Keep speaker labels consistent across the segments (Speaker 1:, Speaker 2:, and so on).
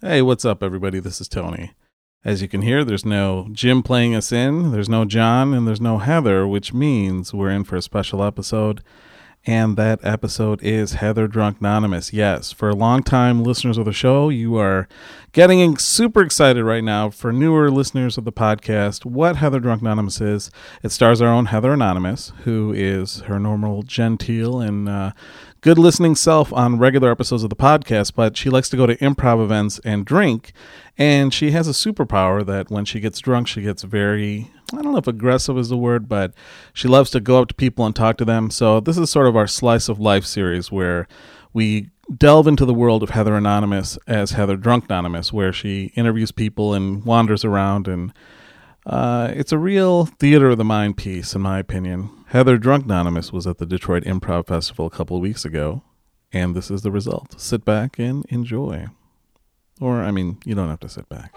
Speaker 1: Hey, what's up, everybody? This is Tony. As you can hear, there's no Jim playing us in, there's no John, and there's no Heather, which means we're in for a special episode. And that episode is Heather Drunknonymous. Yes, for long-time listeners of the show, you are getting super excited right now. For newer listeners of the podcast, what Heather Drunknonymous is, it stars our own Heather Anonymous, who is her normal genteel and uh, good listening self on regular episodes of the podcast, but she likes to go to improv events and drink. And she has a superpower that when she gets drunk, she gets very, I don't know if aggressive is the word, but she loves to go up to people and talk to them. So this is sort of our slice of life series where we delve into the world of Heather Anonymous as Heather Drunk Anonymous, where she interviews people and wanders around and uh, it's a real theater of the mind piece, in my opinion. Heather Drunknonymous was at the Detroit Improv Festival a couple of weeks ago, and this is the result. Sit back and enjoy. Or, I mean, you don't have to sit back.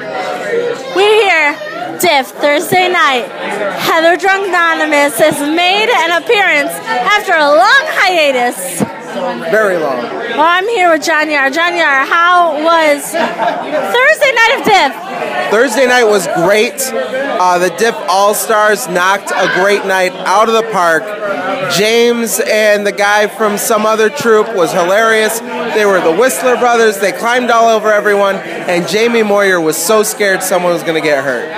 Speaker 2: We're here, Diff, Thursday night. Heather Drunk Anonymous has made an appearance after a long hiatus.
Speaker 3: Very long.
Speaker 2: Well, I'm here with John Yar. John Yar, how was Thursday night of Diff?
Speaker 3: Thursday night was great. Uh, the Diff All Stars knocked a great night out of the park. James and the guy from some other troupe was hilarious. They were the Whistler brothers. They climbed all over everyone, and Jamie Moyer was so scared someone was going to get hurt.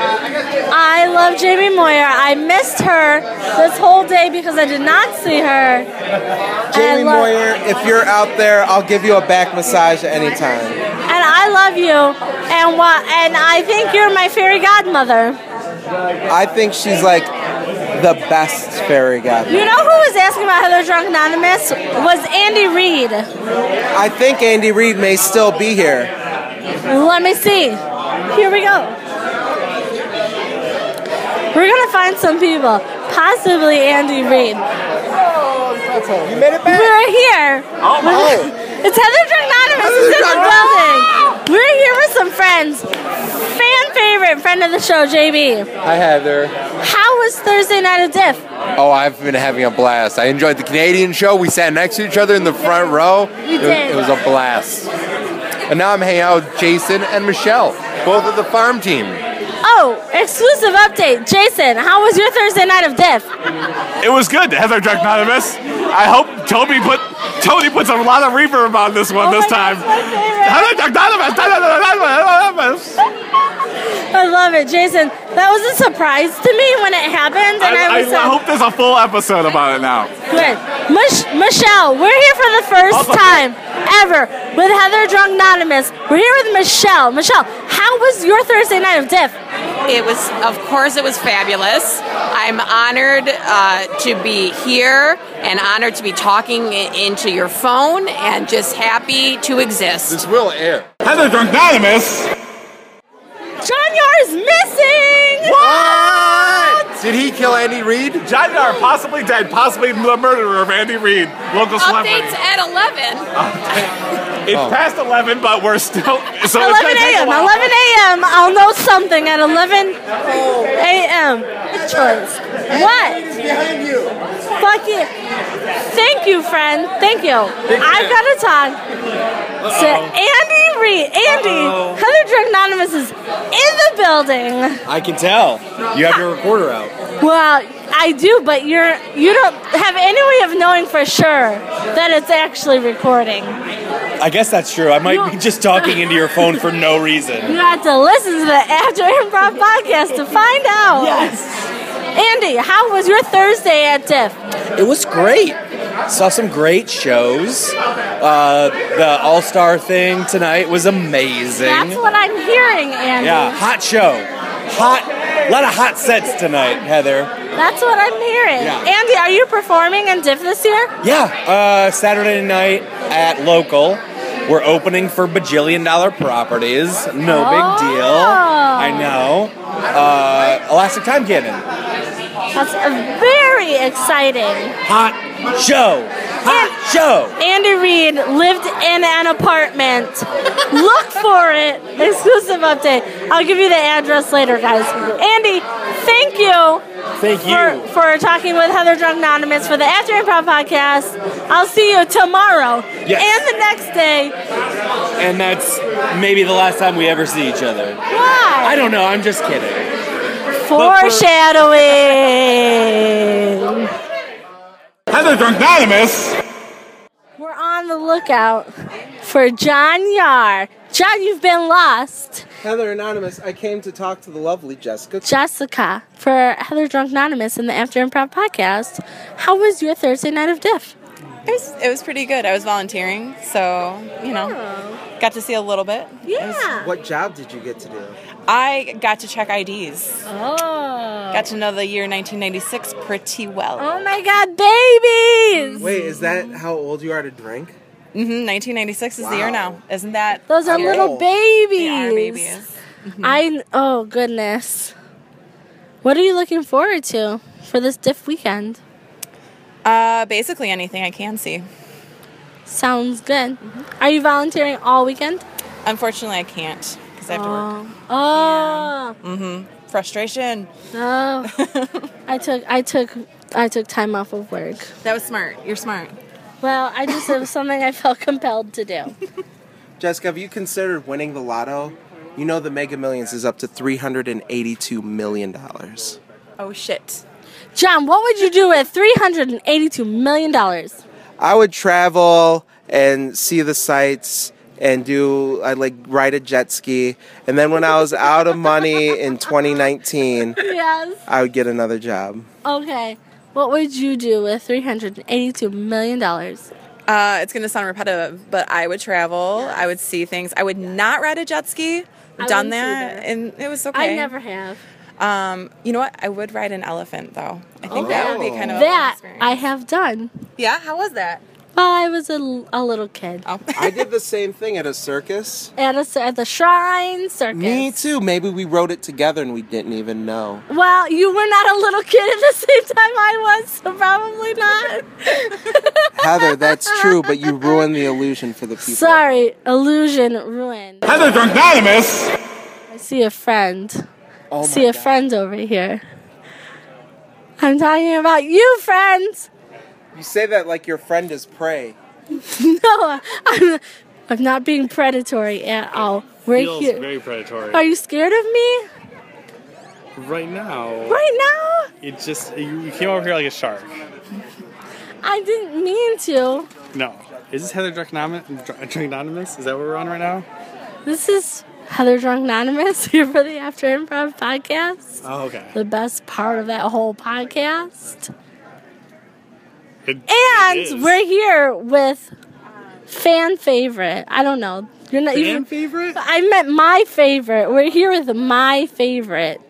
Speaker 2: I love Jamie Moyer. I missed her this whole day because I did not see her. I
Speaker 3: Jamie
Speaker 2: love-
Speaker 3: Moyer, if you're out there, I'll give you a back massage at any time.
Speaker 2: And I love you. And what? And I think you're my fairy godmother.
Speaker 3: I think she's like the best fairy godmother.
Speaker 2: You know who was asking about Heather Drunk Anonymous? Was Andy Reid.
Speaker 3: I think Andy Reid may still be here.
Speaker 2: Let me see. Here we go. We're gonna find some people, possibly Andy Reid.
Speaker 3: You made it
Speaker 2: We're here.
Speaker 3: Oh.
Speaker 2: It's Heather Dragnanimous is in the building. We're here with some friends. Fan favorite, friend of the show, JB.
Speaker 4: Hi Heather.
Speaker 2: How was Thursday night of Diff?
Speaker 4: Oh, I've been having a blast. I enjoyed the Canadian show. We sat next to each other in the front row.
Speaker 2: We
Speaker 4: it,
Speaker 2: did.
Speaker 4: it was a blast. And now I'm hanging out with Jason and Michelle, both of the farm team.
Speaker 2: Oh, exclusive update. Jason, how was your Thursday night of Diff?
Speaker 5: It was good. Heather Drunknonymous. I hope Toby put Tony puts a lot of reverb on this one
Speaker 2: Oh
Speaker 5: this
Speaker 2: my
Speaker 5: time.
Speaker 2: gosh, my favorite.
Speaker 5: Heather Drunknonymous. Drunknonymous.
Speaker 2: I love it, Jason. That was a surprise to me when it happened, and I,
Speaker 5: I,
Speaker 2: was
Speaker 5: I
Speaker 2: so
Speaker 5: hope there's a full episode about it now.
Speaker 2: Good. Mich- Michelle, we're here for the first
Speaker 5: Awesome.
Speaker 2: time ever with Heather Drunk Anonymous. We're here with Michelle. Michelle, how was your Thursday night of diff?
Speaker 6: It was, of course, it was fabulous. I'm honored uh, to be here and honored to be talking i- into your phone and just happy to exist.
Speaker 4: This will air.
Speaker 5: Heather Drunknonymous.
Speaker 2: John Yar is missing!
Speaker 4: What? Did he kill Andy Reid?
Speaker 5: John Yar, possibly dead, possibly the murderer of Andy Reid, local celebrity.
Speaker 6: Updates at 11.
Speaker 5: It's
Speaker 4: Oh.
Speaker 5: past 11, but we're still. So it's gonna
Speaker 2: 11
Speaker 5: take a
Speaker 2: a.m.
Speaker 5: while.
Speaker 2: 11 a.m. I'll know something at 11 a.m. Choice. What?
Speaker 3: Behind you.
Speaker 2: Fuck it. Thank you, friend. Thank you. I've got to talk to Andy Reid. Andy, Heather Drunk Anonymous is in the building.
Speaker 7: I can tell. You have your recorder out.
Speaker 2: Well, I do, but you're you don't have any way of knowing for sure that it's actually recording.
Speaker 7: I guess that's true. I might be just talking into your phone for no reason.
Speaker 2: You have to listen to the After Improv podcast to find out.
Speaker 7: Yes.
Speaker 2: Andy, how was your Thursday at TIFF?
Speaker 7: It was great. Saw some great shows. Uh, the All Star thing tonight was amazing.
Speaker 2: That's what I'm hearing, Andy.
Speaker 7: yeah, hot show. Hot. A lot of hot sets tonight, Heather.
Speaker 2: That's what I'm hearing.
Speaker 7: Yeah.
Speaker 2: Andy, are you performing in TIFF this year?
Speaker 7: Yeah. Uh, Saturday night at local. We're opening for bajillion dollar properties. No big deal.
Speaker 2: Oh.
Speaker 7: I know. Uh, Elastic Time Cannon.
Speaker 2: That's uh, very exciting.
Speaker 7: Hot. show. Hot show.
Speaker 2: Andy Reid lived in an apartment. Look for it. Exclusive update. I'll give you the address later, guys. Andy, thank you.
Speaker 7: Thank
Speaker 2: For, for talking with Heather Drunk Anonymous for the After Improv podcast. I'll see you tomorrow
Speaker 7: Yes.
Speaker 2: and the next day.
Speaker 7: And that's maybe the last time we ever see each other. I
Speaker 2: Why?
Speaker 7: don't know. I'm just kidding.
Speaker 2: Foreshadowing.
Speaker 5: Heather Drunknonymous.
Speaker 2: We're on the lookout for John Yar. John, you've been lost.
Speaker 3: Heather Anonymous, I came to talk to the lovely Jessica.
Speaker 2: Jessica for Heather Drunk Anonymous and the After Improv podcast. How was your Thursday night of diff?
Speaker 8: It was, it was pretty good. I was volunteering, so you know, got to see a little bit.
Speaker 2: Oh. Yeah.
Speaker 3: What job did you get to do?
Speaker 8: I got to check IDs.
Speaker 2: Oh.
Speaker 8: Got to know the year 1996 pretty well.
Speaker 2: Oh my God, babies!
Speaker 3: Wait, is that how old you are to drink?
Speaker 8: hmm 1996 is the year
Speaker 3: Wow.
Speaker 8: now. Isn't that
Speaker 2: Those are
Speaker 3: How
Speaker 2: little
Speaker 3: old?
Speaker 2: babies.
Speaker 8: they are babies? Mm-hmm.
Speaker 2: I oh goodness. What are you looking forward to for this diff weekend?
Speaker 8: Uh, basically anything I can see. Mm-hmm.
Speaker 2: Sounds good. Are you volunteering all weekend?
Speaker 8: Unfortunately, I can't because I have to work. Mm-hmm.
Speaker 2: Oh.
Speaker 8: Frustration.
Speaker 2: No. I took I took I took time off of work.
Speaker 8: That was smart. You're smart.
Speaker 2: Well, I just it was something I felt compelled to do.
Speaker 3: Jessica, have you considered winning the lotto? You know the Mega Millions is up to $382 million.
Speaker 8: Oh shit.
Speaker 2: John, what would you do with three hundred and eighty-two million dollars?
Speaker 3: I would travel and see the sights and do I like ride a jet ski and then when I was out of money in 2019
Speaker 2: Yes.
Speaker 3: I would get another job.
Speaker 2: Okay. What would you do with three hundred and eighty-two million dollars?
Speaker 8: Uh, it's gonna sound repetitive, but I would travel. I would see things. I would not ride a jet ski.
Speaker 2: I
Speaker 8: Done
Speaker 2: wouldn't
Speaker 8: that,
Speaker 2: either.
Speaker 8: and it was okay.
Speaker 2: I never have.
Speaker 8: Um, you know what? I would ride an elephant though. I think that would be kind of a fun
Speaker 2: That
Speaker 8: experience.
Speaker 2: I have done.
Speaker 8: yeah. How was that?
Speaker 2: Well, I was a, l- a little kid
Speaker 8: Oh,
Speaker 3: I did the same thing at a circus.
Speaker 2: at, a s at the Shrine Circus.
Speaker 3: Me too. Maybe we rode it together and we didn't even know.
Speaker 2: Well, you were not a little kid at the same time I was, so probably not.
Speaker 3: Heather, that's true, but you ruined the illusion for the people.
Speaker 2: Sorry, illusion ruined.
Speaker 5: Heather Drunknonymous.
Speaker 2: I see a friend.
Speaker 3: Oh my
Speaker 2: see a
Speaker 3: God.
Speaker 2: friend over here. I'm talking about you, friends.
Speaker 3: You say that like your friend is prey.
Speaker 2: No, I'm, I'm not being predatory at all. We're
Speaker 9: feels
Speaker 2: here.
Speaker 9: very predatory.
Speaker 2: Are you scared of me
Speaker 9: right now,
Speaker 2: right now?
Speaker 9: it just you you came over here like a shark.
Speaker 2: I didn't mean to.
Speaker 9: No, is this Heather Drunknomi- Dr- Drunknonymous? Is that what we're on right now?
Speaker 2: This is Heather Drunk Anonymous here for the After Improv podcast.
Speaker 9: Oh, okay.
Speaker 2: The best part of that whole podcast.
Speaker 9: It- it is.
Speaker 2: And we're here with fan favorite. I don't know. You're not
Speaker 9: fan
Speaker 2: even.
Speaker 9: favorite,
Speaker 2: I meant my favorite. We're here with my favorite.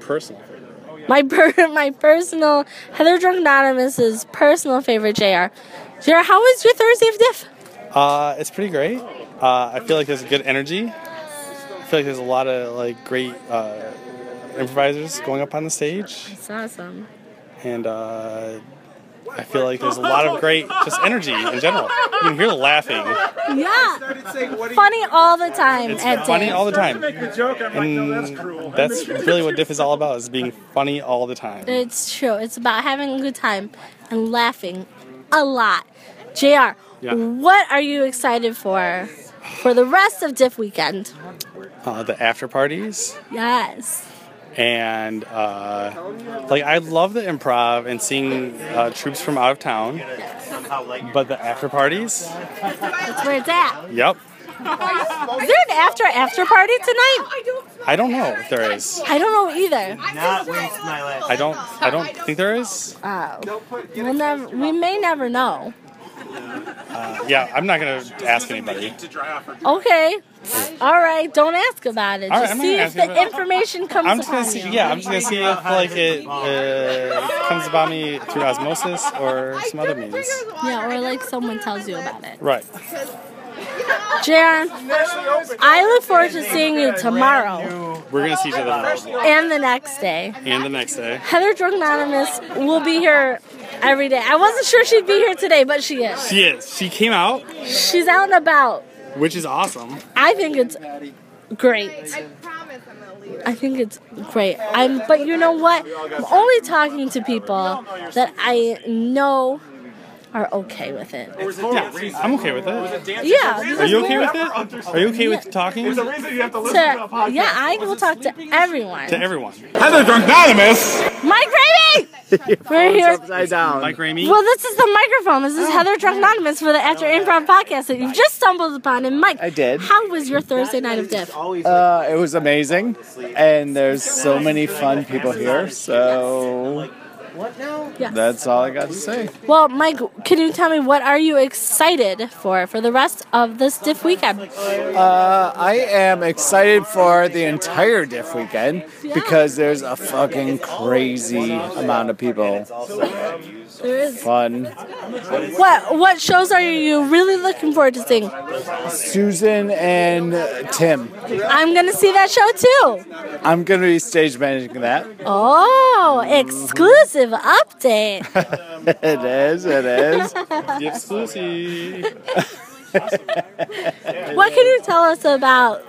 Speaker 9: personal favorite.
Speaker 2: My per- my personal Heather Drunk Anonymous's personal favorite JR. JR, how was your Thursday of diff?
Speaker 9: Uh, it's pretty great. Uh, I feel like there's good energy. I feel like there's a lot of like great uh, improvisers going up on the stage,
Speaker 2: It's awesome.
Speaker 9: and uh, I feel like there's a lot of great just energy in general. You can hear the laughing.
Speaker 2: Yeah. Funny all the time
Speaker 9: It's
Speaker 2: at
Speaker 9: funny
Speaker 2: diff.
Speaker 9: all the time.
Speaker 5: a joke. I'm like, no, that's cruel.
Speaker 9: That's really what Diff is all about, is being funny all the time.
Speaker 2: It's true. It's about having a good time and laughing a lot. JR,
Speaker 9: Yeah.
Speaker 2: what are you excited for for the rest of Diff Weekend?
Speaker 9: Uh, the after parties
Speaker 2: Yes.
Speaker 9: and uh, like I love the improv and seeing uh, troops from out of town. But the after parties,
Speaker 2: That's where it's at.
Speaker 9: yep.
Speaker 2: Is there an after after party tonight?
Speaker 9: I don't know if there is.
Speaker 2: I don't know either.
Speaker 9: I don't. I don't think there is.
Speaker 2: Oh. We'll never, we may never know.
Speaker 9: Uh, Yeah, I'm not gonna ask anybody.
Speaker 2: Okay. All right. Don't ask about it.
Speaker 9: All right,
Speaker 2: Just
Speaker 9: I'm not
Speaker 2: see
Speaker 9: gonna
Speaker 2: if
Speaker 9: ask
Speaker 2: the
Speaker 9: about it.
Speaker 2: information comes
Speaker 9: I'm just
Speaker 2: upon
Speaker 9: gonna see.
Speaker 2: you.
Speaker 9: Yeah, I'm just gonna see if like it uh, comes about me through osmosis or some other means.
Speaker 2: Yeah, or like someone tells you about it.
Speaker 9: Right.
Speaker 2: Jaron, I look forward to seeing you tomorrow
Speaker 9: We're gonna see each other tomorrow
Speaker 2: and the next day.
Speaker 9: and the next day.
Speaker 2: Heather Drunk Anonymous will be here every day. I wasn't sure she'd be here today, but she is.
Speaker 9: She is. She came out,
Speaker 2: She's out and about.
Speaker 9: which is awesome.
Speaker 2: I think it's great. I think it's great. I'm, but you know what? I'm only talking to people that I know are okay with it.
Speaker 9: Yeah, I'm okay with it.
Speaker 2: Yeah.
Speaker 9: Are you okay with it? Are you okay with talking to
Speaker 2: To, yeah, I will talk to everyone.
Speaker 9: everyone?
Speaker 7: Heather Drunknonimus!
Speaker 2: Mike Raby! We're here.
Speaker 10: Upside down.
Speaker 9: Like Ramey?
Speaker 2: Well, this is the microphone. This is Heather Drunknonimus for the After Improv podcast that you've just stumbled upon. And Mike,
Speaker 10: I did.
Speaker 2: How was your Thursday night of diff?
Speaker 10: Uh, it was amazing, and there's so many fun people here. So
Speaker 2: Yes.
Speaker 10: that's all I got to say.
Speaker 2: Well, Mike, can you tell me what are you excited for for the rest of this diff weekend?
Speaker 10: Uh, I am excited for the entire Diff weekend because there's a fucking crazy amount of people.
Speaker 2: There is.
Speaker 10: Fun.
Speaker 2: What what shows are you really looking forward to seeing?
Speaker 10: Susan and Tim.
Speaker 2: I'm gonna see that show too.
Speaker 10: I'm gonna be stage managing that.
Speaker 2: Oh, exclusive update.
Speaker 10: It is. It is.
Speaker 2: What can you tell us about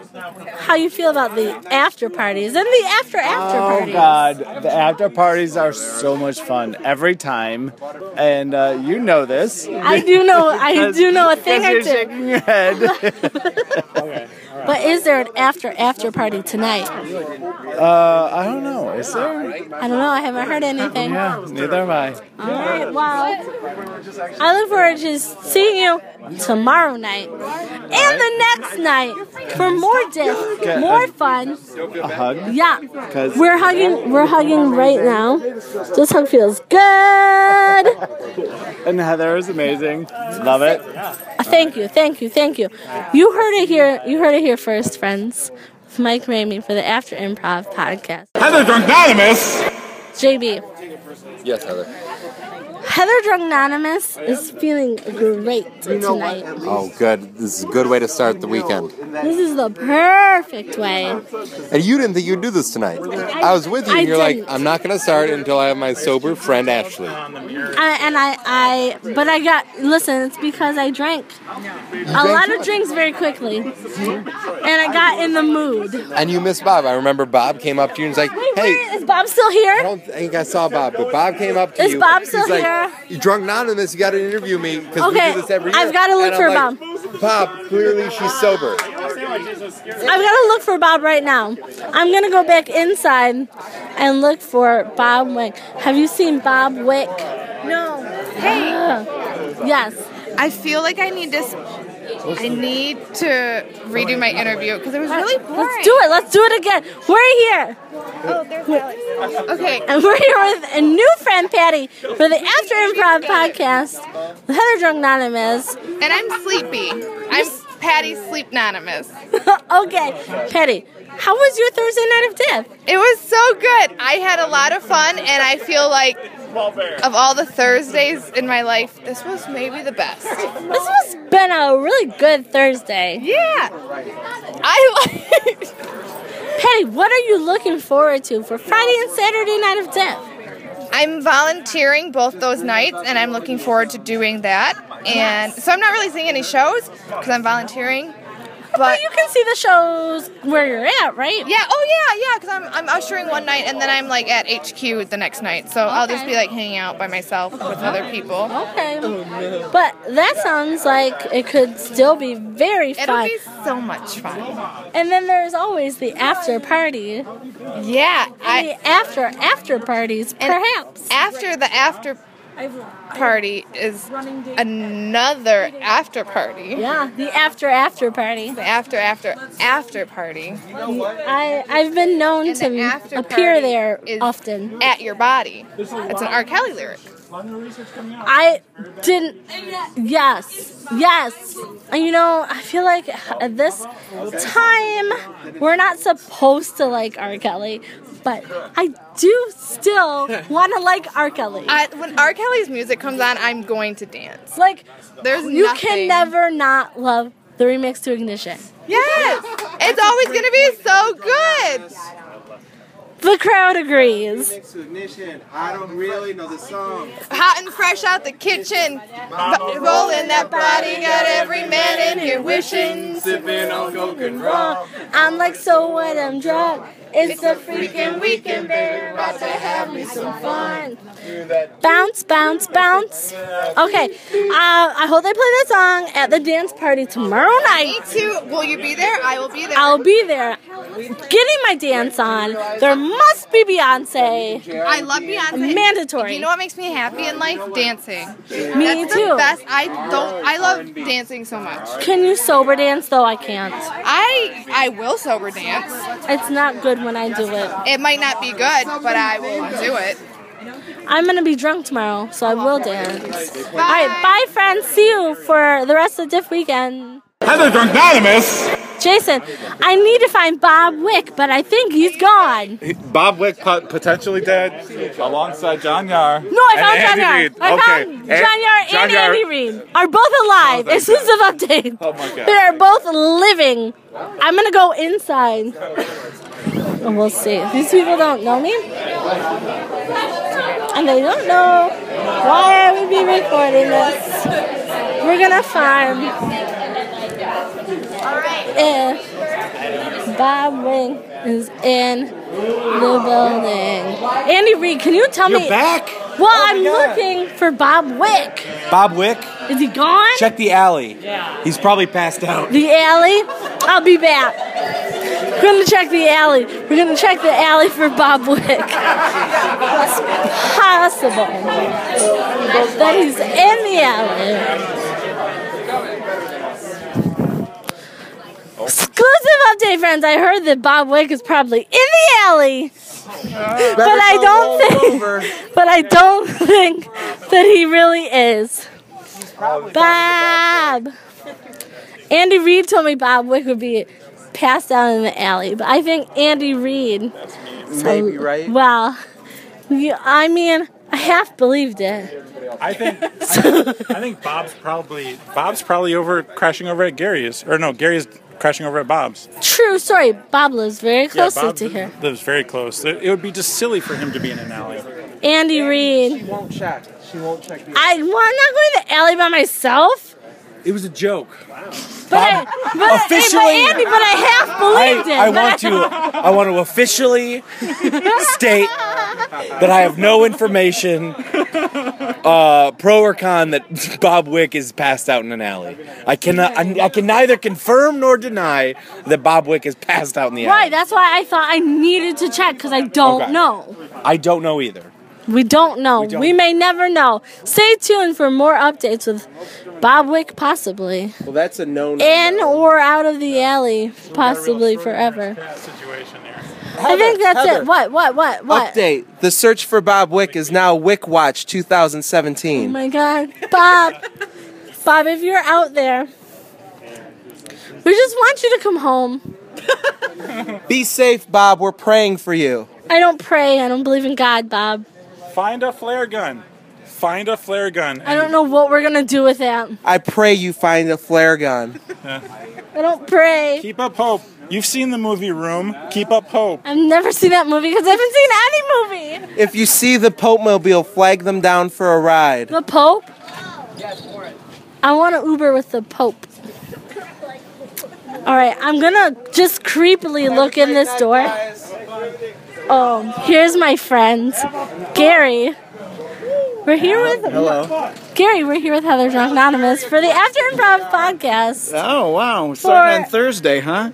Speaker 2: how you feel about the after parties and the after after
Speaker 10: Oh
Speaker 2: parties?
Speaker 10: God, the after parties are so much fun every time, and uh, you know this.
Speaker 2: I do know I do know a thing
Speaker 10: Because
Speaker 2: or
Speaker 10: you're
Speaker 2: two.
Speaker 10: shaking your head.
Speaker 2: But is there an after after party tonight?
Speaker 10: Uh, I don't know. Is there?
Speaker 2: I don't know, I haven't heard anything.
Speaker 10: Yeah, neither am I.
Speaker 2: Alright, well I look forward to seeing you tomorrow night. And the next night for more diff, more fun.
Speaker 10: A hug?
Speaker 2: Yeah.
Speaker 10: 'Cause-
Speaker 2: We're hugging we're hugging right now. This hug feels good.
Speaker 10: And Heather is amazing. Love it.
Speaker 2: Thank you, thank you, thank you. You heard it here. You heard it here first, friends. With Mike Ramey for the After Improv podcast.
Speaker 7: Heather Drunknonimus!
Speaker 2: JB,
Speaker 4: Yes, Heather.
Speaker 2: Heather Drunknonimus is feeling great tonight.
Speaker 4: Oh, good. This is a good way to start the weekend.
Speaker 2: This is the perfect way.
Speaker 4: And you didn't think you'd do this tonight. I was with you,
Speaker 2: I
Speaker 4: and you're like,
Speaker 2: didn't.
Speaker 4: I'm not going to start until I have my sober friend Ashley.
Speaker 2: I, and I, I, but I got. Listen, it's because I drank a lot of drinks very quickly, and I got in the mood.
Speaker 4: And you missed Bob. I remember Bob came up to you and was like,
Speaker 2: Wait,
Speaker 4: hey,
Speaker 2: where is Bob still
Speaker 4: I
Speaker 2: here?
Speaker 4: don't think I saw Bob, but Bob came up to
Speaker 2: Is
Speaker 4: you.
Speaker 2: Bob
Speaker 4: He's
Speaker 2: still
Speaker 4: like,
Speaker 2: here?
Speaker 4: You drunk anonymous. You got to interview me because
Speaker 2: Okay,
Speaker 4: we do this every year.
Speaker 2: I've gotta look
Speaker 4: And
Speaker 2: for
Speaker 4: I'm like, Bob, clearly she's sober.
Speaker 2: I've got to look for Bob right now. I'm gonna go back inside and look for Bob Wick. Have you seen Bob Wick?
Speaker 11: No. Hey,
Speaker 2: Yes.
Speaker 11: I feel like I need to. s- I need to redo my interview because it was really boring.
Speaker 2: Let's do it. Let's do it again. We're here,
Speaker 11: Oh, there's Alex. Okay.
Speaker 2: and we're here with a new friend, Patty, for the After Improv podcast. Heather Drunk Anonymous.
Speaker 11: And I'm sleepy. I'm Patty Sleep Anonymous.
Speaker 2: okay, Patty. How was your Thursday night of death?
Speaker 11: It was so good. I had a lot of fun, and I feel like of all the Thursdays in my life, this was maybe the best.
Speaker 2: This has been a really good Thursday.
Speaker 11: Yeah. I like.
Speaker 2: Patty, what are you looking forward to for Friday and Saturday night of death?
Speaker 11: I'm volunteering both those nights, and I'm looking forward to doing that. And so I'm not really seeing any shows because I'm volunteering. But
Speaker 2: But you can see the shows where you're at, right?
Speaker 11: yeah, oh yeah, yeah, because I'm I'm ushering one night, and then I'm like at HQ the next night. So I'll just
Speaker 2: Okay.
Speaker 11: be like hanging out by myself with other people.
Speaker 2: Okay. But that sounds like it could still be very
Speaker 11: It'll
Speaker 2: fun.
Speaker 11: be so much fun.
Speaker 2: and then there's always the after party.
Speaker 11: Yeah, I
Speaker 2: the after after parties,
Speaker 11: and
Speaker 2: perhaps.
Speaker 11: after the after party is another after party.
Speaker 2: Yeah, the after after party.
Speaker 11: The after after after party
Speaker 2: I I've been known
Speaker 11: And
Speaker 2: to
Speaker 11: the after
Speaker 2: appear
Speaker 11: party
Speaker 2: there
Speaker 11: is-
Speaker 2: often.
Speaker 11: at your body. It's an R. Kelly lyric.
Speaker 2: I didn't. Yes, yes. And you know, I feel like at this time we're not supposed to like R. Kelly, but I do still want to like R. Kelly.
Speaker 11: I, when R. Kelly's music comes on, I'm going to dance.
Speaker 2: It's like
Speaker 11: There's
Speaker 2: you
Speaker 11: nothing.
Speaker 2: can never not love the remix to Ignition.
Speaker 11: Yes, it's always gonna be so good.
Speaker 2: The crowd agrees.
Speaker 3: I don't really know the song.
Speaker 11: Hot and fresh out the kitchen. B- rolling that body, got every man in here wishing.
Speaker 3: Sipping on Coke and
Speaker 2: raw. I'm like, so what? I'm drunk. It's a freaking
Speaker 11: weekend, baby. About to have
Speaker 2: me some fun. Bounce, bounce, bounce. Okay, uh, I hope they play that song at the dance party tomorrow
Speaker 11: Me
Speaker 2: night.
Speaker 11: too. Will you be there? I will be there.
Speaker 2: I'll be there, getting my dance on. There must be Beyonce.
Speaker 11: I love Beyonce.
Speaker 2: Mandatory.
Speaker 11: You know what makes me happy in life? Dancing.
Speaker 2: Me
Speaker 11: That's
Speaker 2: too.
Speaker 11: The best. I don't. I love dancing so much.
Speaker 2: Can you sober dance though? I can't.
Speaker 11: I I will sober dance.
Speaker 2: It's not good when I do it.
Speaker 11: It might not be good, but I will do it.
Speaker 2: I'm gonna be drunk tomorrow, so I will dance. All right, bye, friends. See you for the rest of Diff Weekend.
Speaker 12: Heather Drunknanimous.
Speaker 2: Jason, I need to find Bob Wick, but I think he's gone.
Speaker 12: Bob Wick pot- potentially dead alongside John Yar.
Speaker 2: No, I
Speaker 12: and
Speaker 2: found John
Speaker 12: Andy
Speaker 2: Yard.
Speaker 12: Reid.
Speaker 2: I found John
Speaker 12: And-
Speaker 2: Yard and,
Speaker 12: John Yar-
Speaker 2: Andy Reid are both alive.
Speaker 12: thank
Speaker 2: Exclusive update.
Speaker 12: Oh my God.
Speaker 2: They are both living. I'm gonna go inside. And we'll see. These people don't know me. And they don't know why I would be recording this. We're gonna find if Bob Wing is in the building. Andy Reid, can you tell
Speaker 7: You're
Speaker 2: me?
Speaker 7: back? Oh
Speaker 2: Well, I'm looking for Bob Wick.
Speaker 7: Bob Wick,
Speaker 2: Is he gone?
Speaker 7: check the alley. He's probably passed out.
Speaker 2: The alley? I'll be back. We're gonna check the alley. We're gonna check the alley for Bob Wick. It's possible that he's in the alley. Exclusive update, friends. I heard that Bob Wick is probably in the alley. But I don't think but I don't think that he really is. Bob. Andy Reid told me Bob Wick would be passed out in the alley, but I think Andy Reid.
Speaker 3: Maybe, right?
Speaker 2: Well, you, I mean, I half believed it.
Speaker 5: I think I think- I think Bob's probably Bob's probably over crashing over at Gary's or no Gary's crashing over at Bob's.
Speaker 2: True story. Bob lives very closely
Speaker 5: Bob
Speaker 2: to here.
Speaker 5: Lives very close. It it would be just silly for him to be in an alley.
Speaker 2: Andy Reid.
Speaker 3: won't check. She won't check the
Speaker 2: I, well, I'm not going to the alley by myself.
Speaker 7: It was a joke.
Speaker 2: But, I, but, I-
Speaker 7: officially-
Speaker 2: but Andy, but I half believed
Speaker 7: I, I
Speaker 2: it. but
Speaker 7: want to I want to officially state that I have no information, uh, pro or con, that Bob Wick is passed out in an alley. I cannot I, I can neither confirm nor deny that Bob Wick is passed out in the alley.
Speaker 2: Right, that's why I thought I needed to check because I don't
Speaker 7: Okay.
Speaker 2: know.
Speaker 7: I don't know either.
Speaker 2: We don't know. We, may never know. Stay tuned for more updates with Bob Wick, possibly.
Speaker 3: Well, that's a known.
Speaker 2: In or out of the alley, possibly forever. I think that's
Speaker 3: Heather.
Speaker 2: it. What, what, what, what?
Speaker 3: Update: The search for Bob Wick is now Wick Watch
Speaker 2: Oh
Speaker 3: 2017.
Speaker 2: my god. Bob. Bob, if you're out there, we just want you to come home.
Speaker 3: Be safe, Bob. We're praying for you.
Speaker 2: I don't pray. I don't believe in God, Bob.
Speaker 5: Find a flare gun. Find a flare gun.
Speaker 2: I don't know what we're going to do with that.
Speaker 3: I pray you find a flare gun.
Speaker 2: I don't pray.
Speaker 5: Keep up hope. You've seen the movie Room. Keep up hope.
Speaker 2: I've never seen that movie because I haven't seen any movie.
Speaker 3: If you see the Pope Mobile, flag them down for a ride.
Speaker 2: The Pope? I want to Uber with the Pope. All right, I'm gonna just creepily look in this door. Oh, here's my friends, Gary. We're here with
Speaker 13: Hello.
Speaker 2: Gary. We're here with Heather Drunk Anonymous for the After Improv podcast.
Speaker 13: Oh wow, we're starting on Thursday, huh?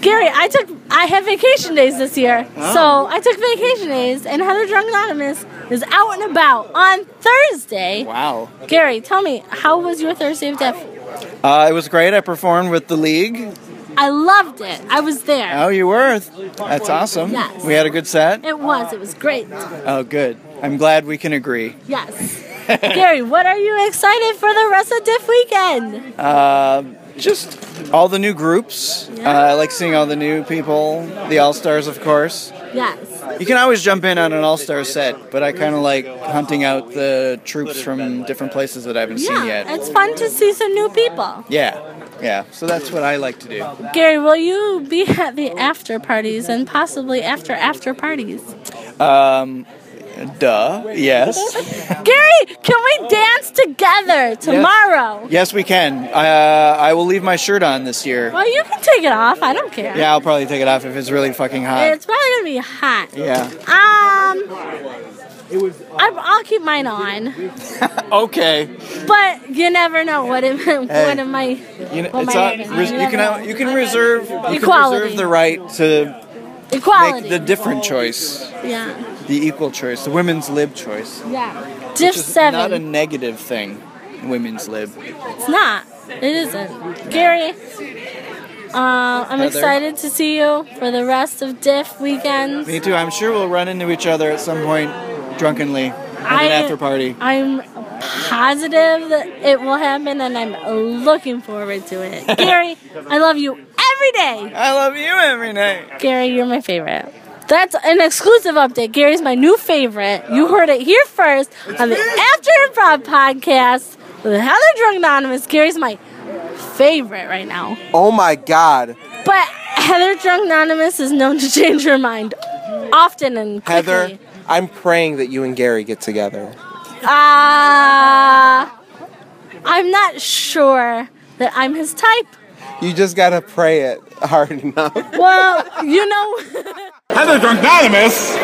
Speaker 2: Gary, I took I have vacation days this year, so
Speaker 13: Oh.
Speaker 2: I took vacation days, and Heather Drunk Anonymous is out and about on Thursday.
Speaker 13: Wow.
Speaker 2: Gary, tell me, how was your Thursday of Death?
Speaker 13: Uh, it was great. I performed with the league.
Speaker 2: I loved it. I was there.
Speaker 13: Oh, you were. That's awesome.
Speaker 2: Yes.
Speaker 13: We had a good set.
Speaker 2: It was. It was great.
Speaker 13: Oh, good. I'm glad we can agree.
Speaker 2: Yes. Gary, what are you excited for the rest of Diff Weekend?
Speaker 13: Uh, just all the new groups. Uh, I like seeing all the new people. The All Stars, of course.
Speaker 2: Yes.
Speaker 13: You can always jump in on an All Star set, but I kind of like hunting out the troops from different places that I haven't seen
Speaker 2: Yeah,
Speaker 13: yet.
Speaker 2: it's fun to see some new people.
Speaker 13: Yeah.
Speaker 10: Yeah, so that's what I like to do.
Speaker 2: Gary, will you be at the after parties and possibly after after parties?
Speaker 10: Um, duh. Yes.
Speaker 2: Gary, can we dance together tomorrow?
Speaker 10: Yes, we can. Uh, I will leave my shirt on this year.
Speaker 2: Well, you can take it off. I don't care.
Speaker 10: Yeah, I'll probably take it off if it's really fucking hot.
Speaker 2: It's probably gonna be hot.
Speaker 10: Yeah.
Speaker 2: Um, I, I'll keep mine on,
Speaker 10: Okay.
Speaker 2: but you never know what it what
Speaker 10: Hey.
Speaker 2: it might.
Speaker 10: You, know,
Speaker 2: what
Speaker 10: it's on,
Speaker 2: might happen.
Speaker 10: res- you
Speaker 2: never know.
Speaker 10: can you can reserve you can
Speaker 2: Equality.
Speaker 10: reserve the right to
Speaker 2: equality.
Speaker 10: make the different choice,
Speaker 2: yeah,
Speaker 10: the equal choice, the women's lib choice.
Speaker 2: yeah.
Speaker 10: which
Speaker 2: Diff
Speaker 10: is
Speaker 2: seven.
Speaker 10: Not a negative thing. Women's lib.
Speaker 2: It's not. It isn't. Gary, uh, I'm
Speaker 10: Heather.
Speaker 2: excited to see you for the rest of Diff weekends.
Speaker 10: Me too. I'm sure we'll run into each other at some point, drunkenly, at
Speaker 2: I-
Speaker 10: an after party.
Speaker 2: I'm positive that it will happen, and I'm looking forward to it. Gary, I love you every day.
Speaker 10: I love you every night.
Speaker 2: Gary, you're my favorite. That's an exclusive update. Gary's my new favorite. You heard it here first on the After Improv podcast with Heather Drunk Anonymous. Gary's my favorite right now.
Speaker 3: Oh my God.
Speaker 2: But Heather Drunk Anonymous is known to change her mind often and quickly.
Speaker 3: Heather, I'm praying that you and Gary get together.
Speaker 2: Uh, I'm not sure that I'm his type.
Speaker 3: You just gotta pray it hard enough.
Speaker 2: Well, you know,
Speaker 5: Heather Drunknanimous.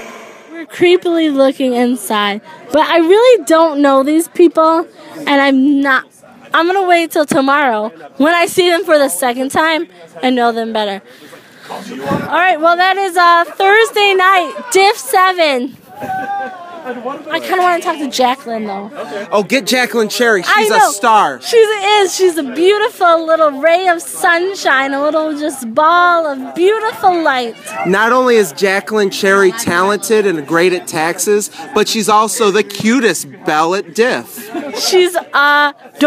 Speaker 2: we're creepily looking inside, but I really don't know these people, and I'm not. I'm gonna wait till tomorrow when I see them for the second time and know them better. All right, well, that is uh, Thursday night, Diff 7. I kind of want to talk to Jacqueline, though.
Speaker 3: Oh, get Jacqueline Cherry.
Speaker 2: I
Speaker 3: She's
Speaker 2: know.
Speaker 3: a star.
Speaker 2: She is. She's a beautiful little ray of sunshine, a little just ball of beautiful light.
Speaker 3: Not only is Jacqueline Cherry talented and great at taxes, but she's also the cutest belle at Diff.
Speaker 2: She's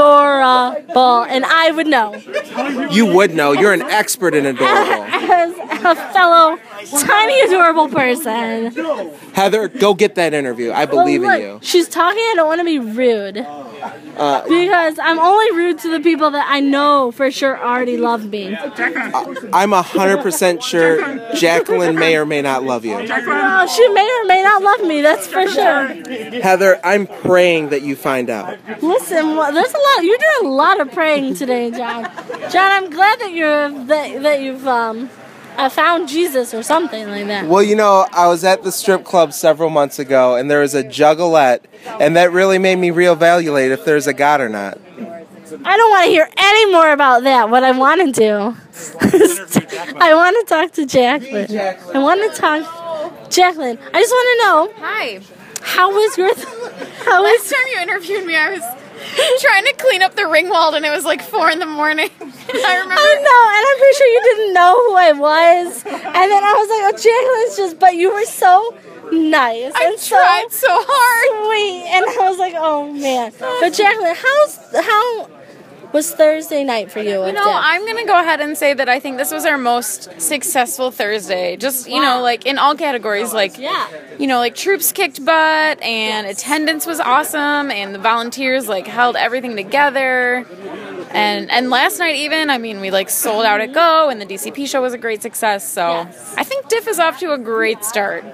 Speaker 2: adorable, and I would know.
Speaker 3: You would know. You're an expert in adorable.
Speaker 2: As a fellow tiny adorable person.
Speaker 3: Heather, go get that interview. I
Speaker 2: Well,
Speaker 3: believe
Speaker 2: Oh, look,
Speaker 3: in you.
Speaker 2: She's talking. I don't want to be rude
Speaker 3: Uh,
Speaker 2: because I'm only rude to the people that I know for sure already love me.
Speaker 3: I'm 100% sure Jacqueline may or may not love you.
Speaker 2: Well, she may or may not love me. That's for sure.
Speaker 3: Heather, I'm praying that you find out.
Speaker 2: Listen, wha- there's a lot. You're doing a lot of praying today, John. John, I'm glad that you're that, that you've um, uh, found Jesus or something like that.
Speaker 3: Well, you know, I was at the strip club several months ago and there was a juggalette, and that really made me reevaluate if there's a God or not.
Speaker 2: I don't want to hear any more about that. What I want to do, is I want to talk to Jacqueline. I want to talk, Jacqueline. I just want to know
Speaker 12: Hi.
Speaker 2: how was your, how
Speaker 12: Last
Speaker 2: was
Speaker 12: time you interviewed me, I was trying to clean up the Ringwald, and it was like four in the morning. And I remember.
Speaker 2: Oh no, and I'm pretty sure you didn't know who I was. And then I was like, oh, Jacqueline's just, but you were so nice. I and
Speaker 12: tried
Speaker 2: so, hard. Sweet. And I was like, oh man. But Jacqueline, how's, how was Thursday night for you?
Speaker 12: You
Speaker 2: with
Speaker 12: know,
Speaker 2: Deb?
Speaker 12: I'm gonna go ahead and say that I think this was our most successful Thursday. Just you know, like in all categories, like you know, like troops kicked butt, and attendance was awesome, and the volunteers like held everything together. And and last night even, I mean, we like sold out at Go, and the DCP show was a great success. So I think Diff is off to a great start.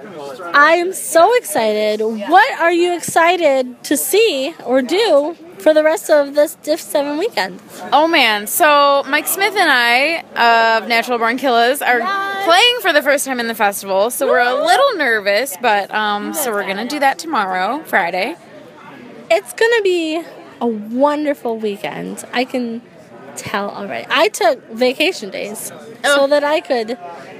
Speaker 2: I am so excited. What are you excited to see or do for the rest of this Diff 7 weekend?
Speaker 12: Oh man, so Mike Smith and I of Natural Born Killers are playing for the first time in the festival, so we're a little nervous, but um, so we're gonna do that tomorrow, Oh, Friday.
Speaker 2: It's going to be a wonderful weekend. I can tell already. I took vacation days
Speaker 12: Oh.
Speaker 2: so that I could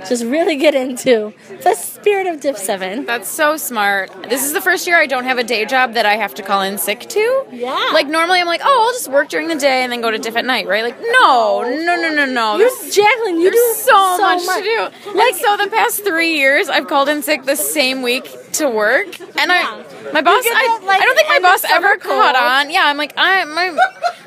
Speaker 2: just really get into the spirit of Diff 7.
Speaker 12: That's so smart. This is the first year I don't have a day job that I have to call in sick to.
Speaker 2: Yeah.
Speaker 12: Like normally I'm like, oh, I'll just work during the day and then go to diff at night, right? Like, no, no, no, no, no.
Speaker 2: You're
Speaker 12: There's-
Speaker 2: Jacqueline, you
Speaker 12: There's
Speaker 2: do
Speaker 12: so,
Speaker 2: so
Speaker 12: much,
Speaker 2: much.
Speaker 12: to do. and so the past three years, I've called in sick the same week to work, and I, my boss,
Speaker 2: get
Speaker 12: I,
Speaker 2: that, like,
Speaker 12: I don't think my
Speaker 2: end of
Speaker 12: boss
Speaker 2: summer
Speaker 12: ever
Speaker 2: cold.
Speaker 12: caught on. Yeah, I'm like, I, my,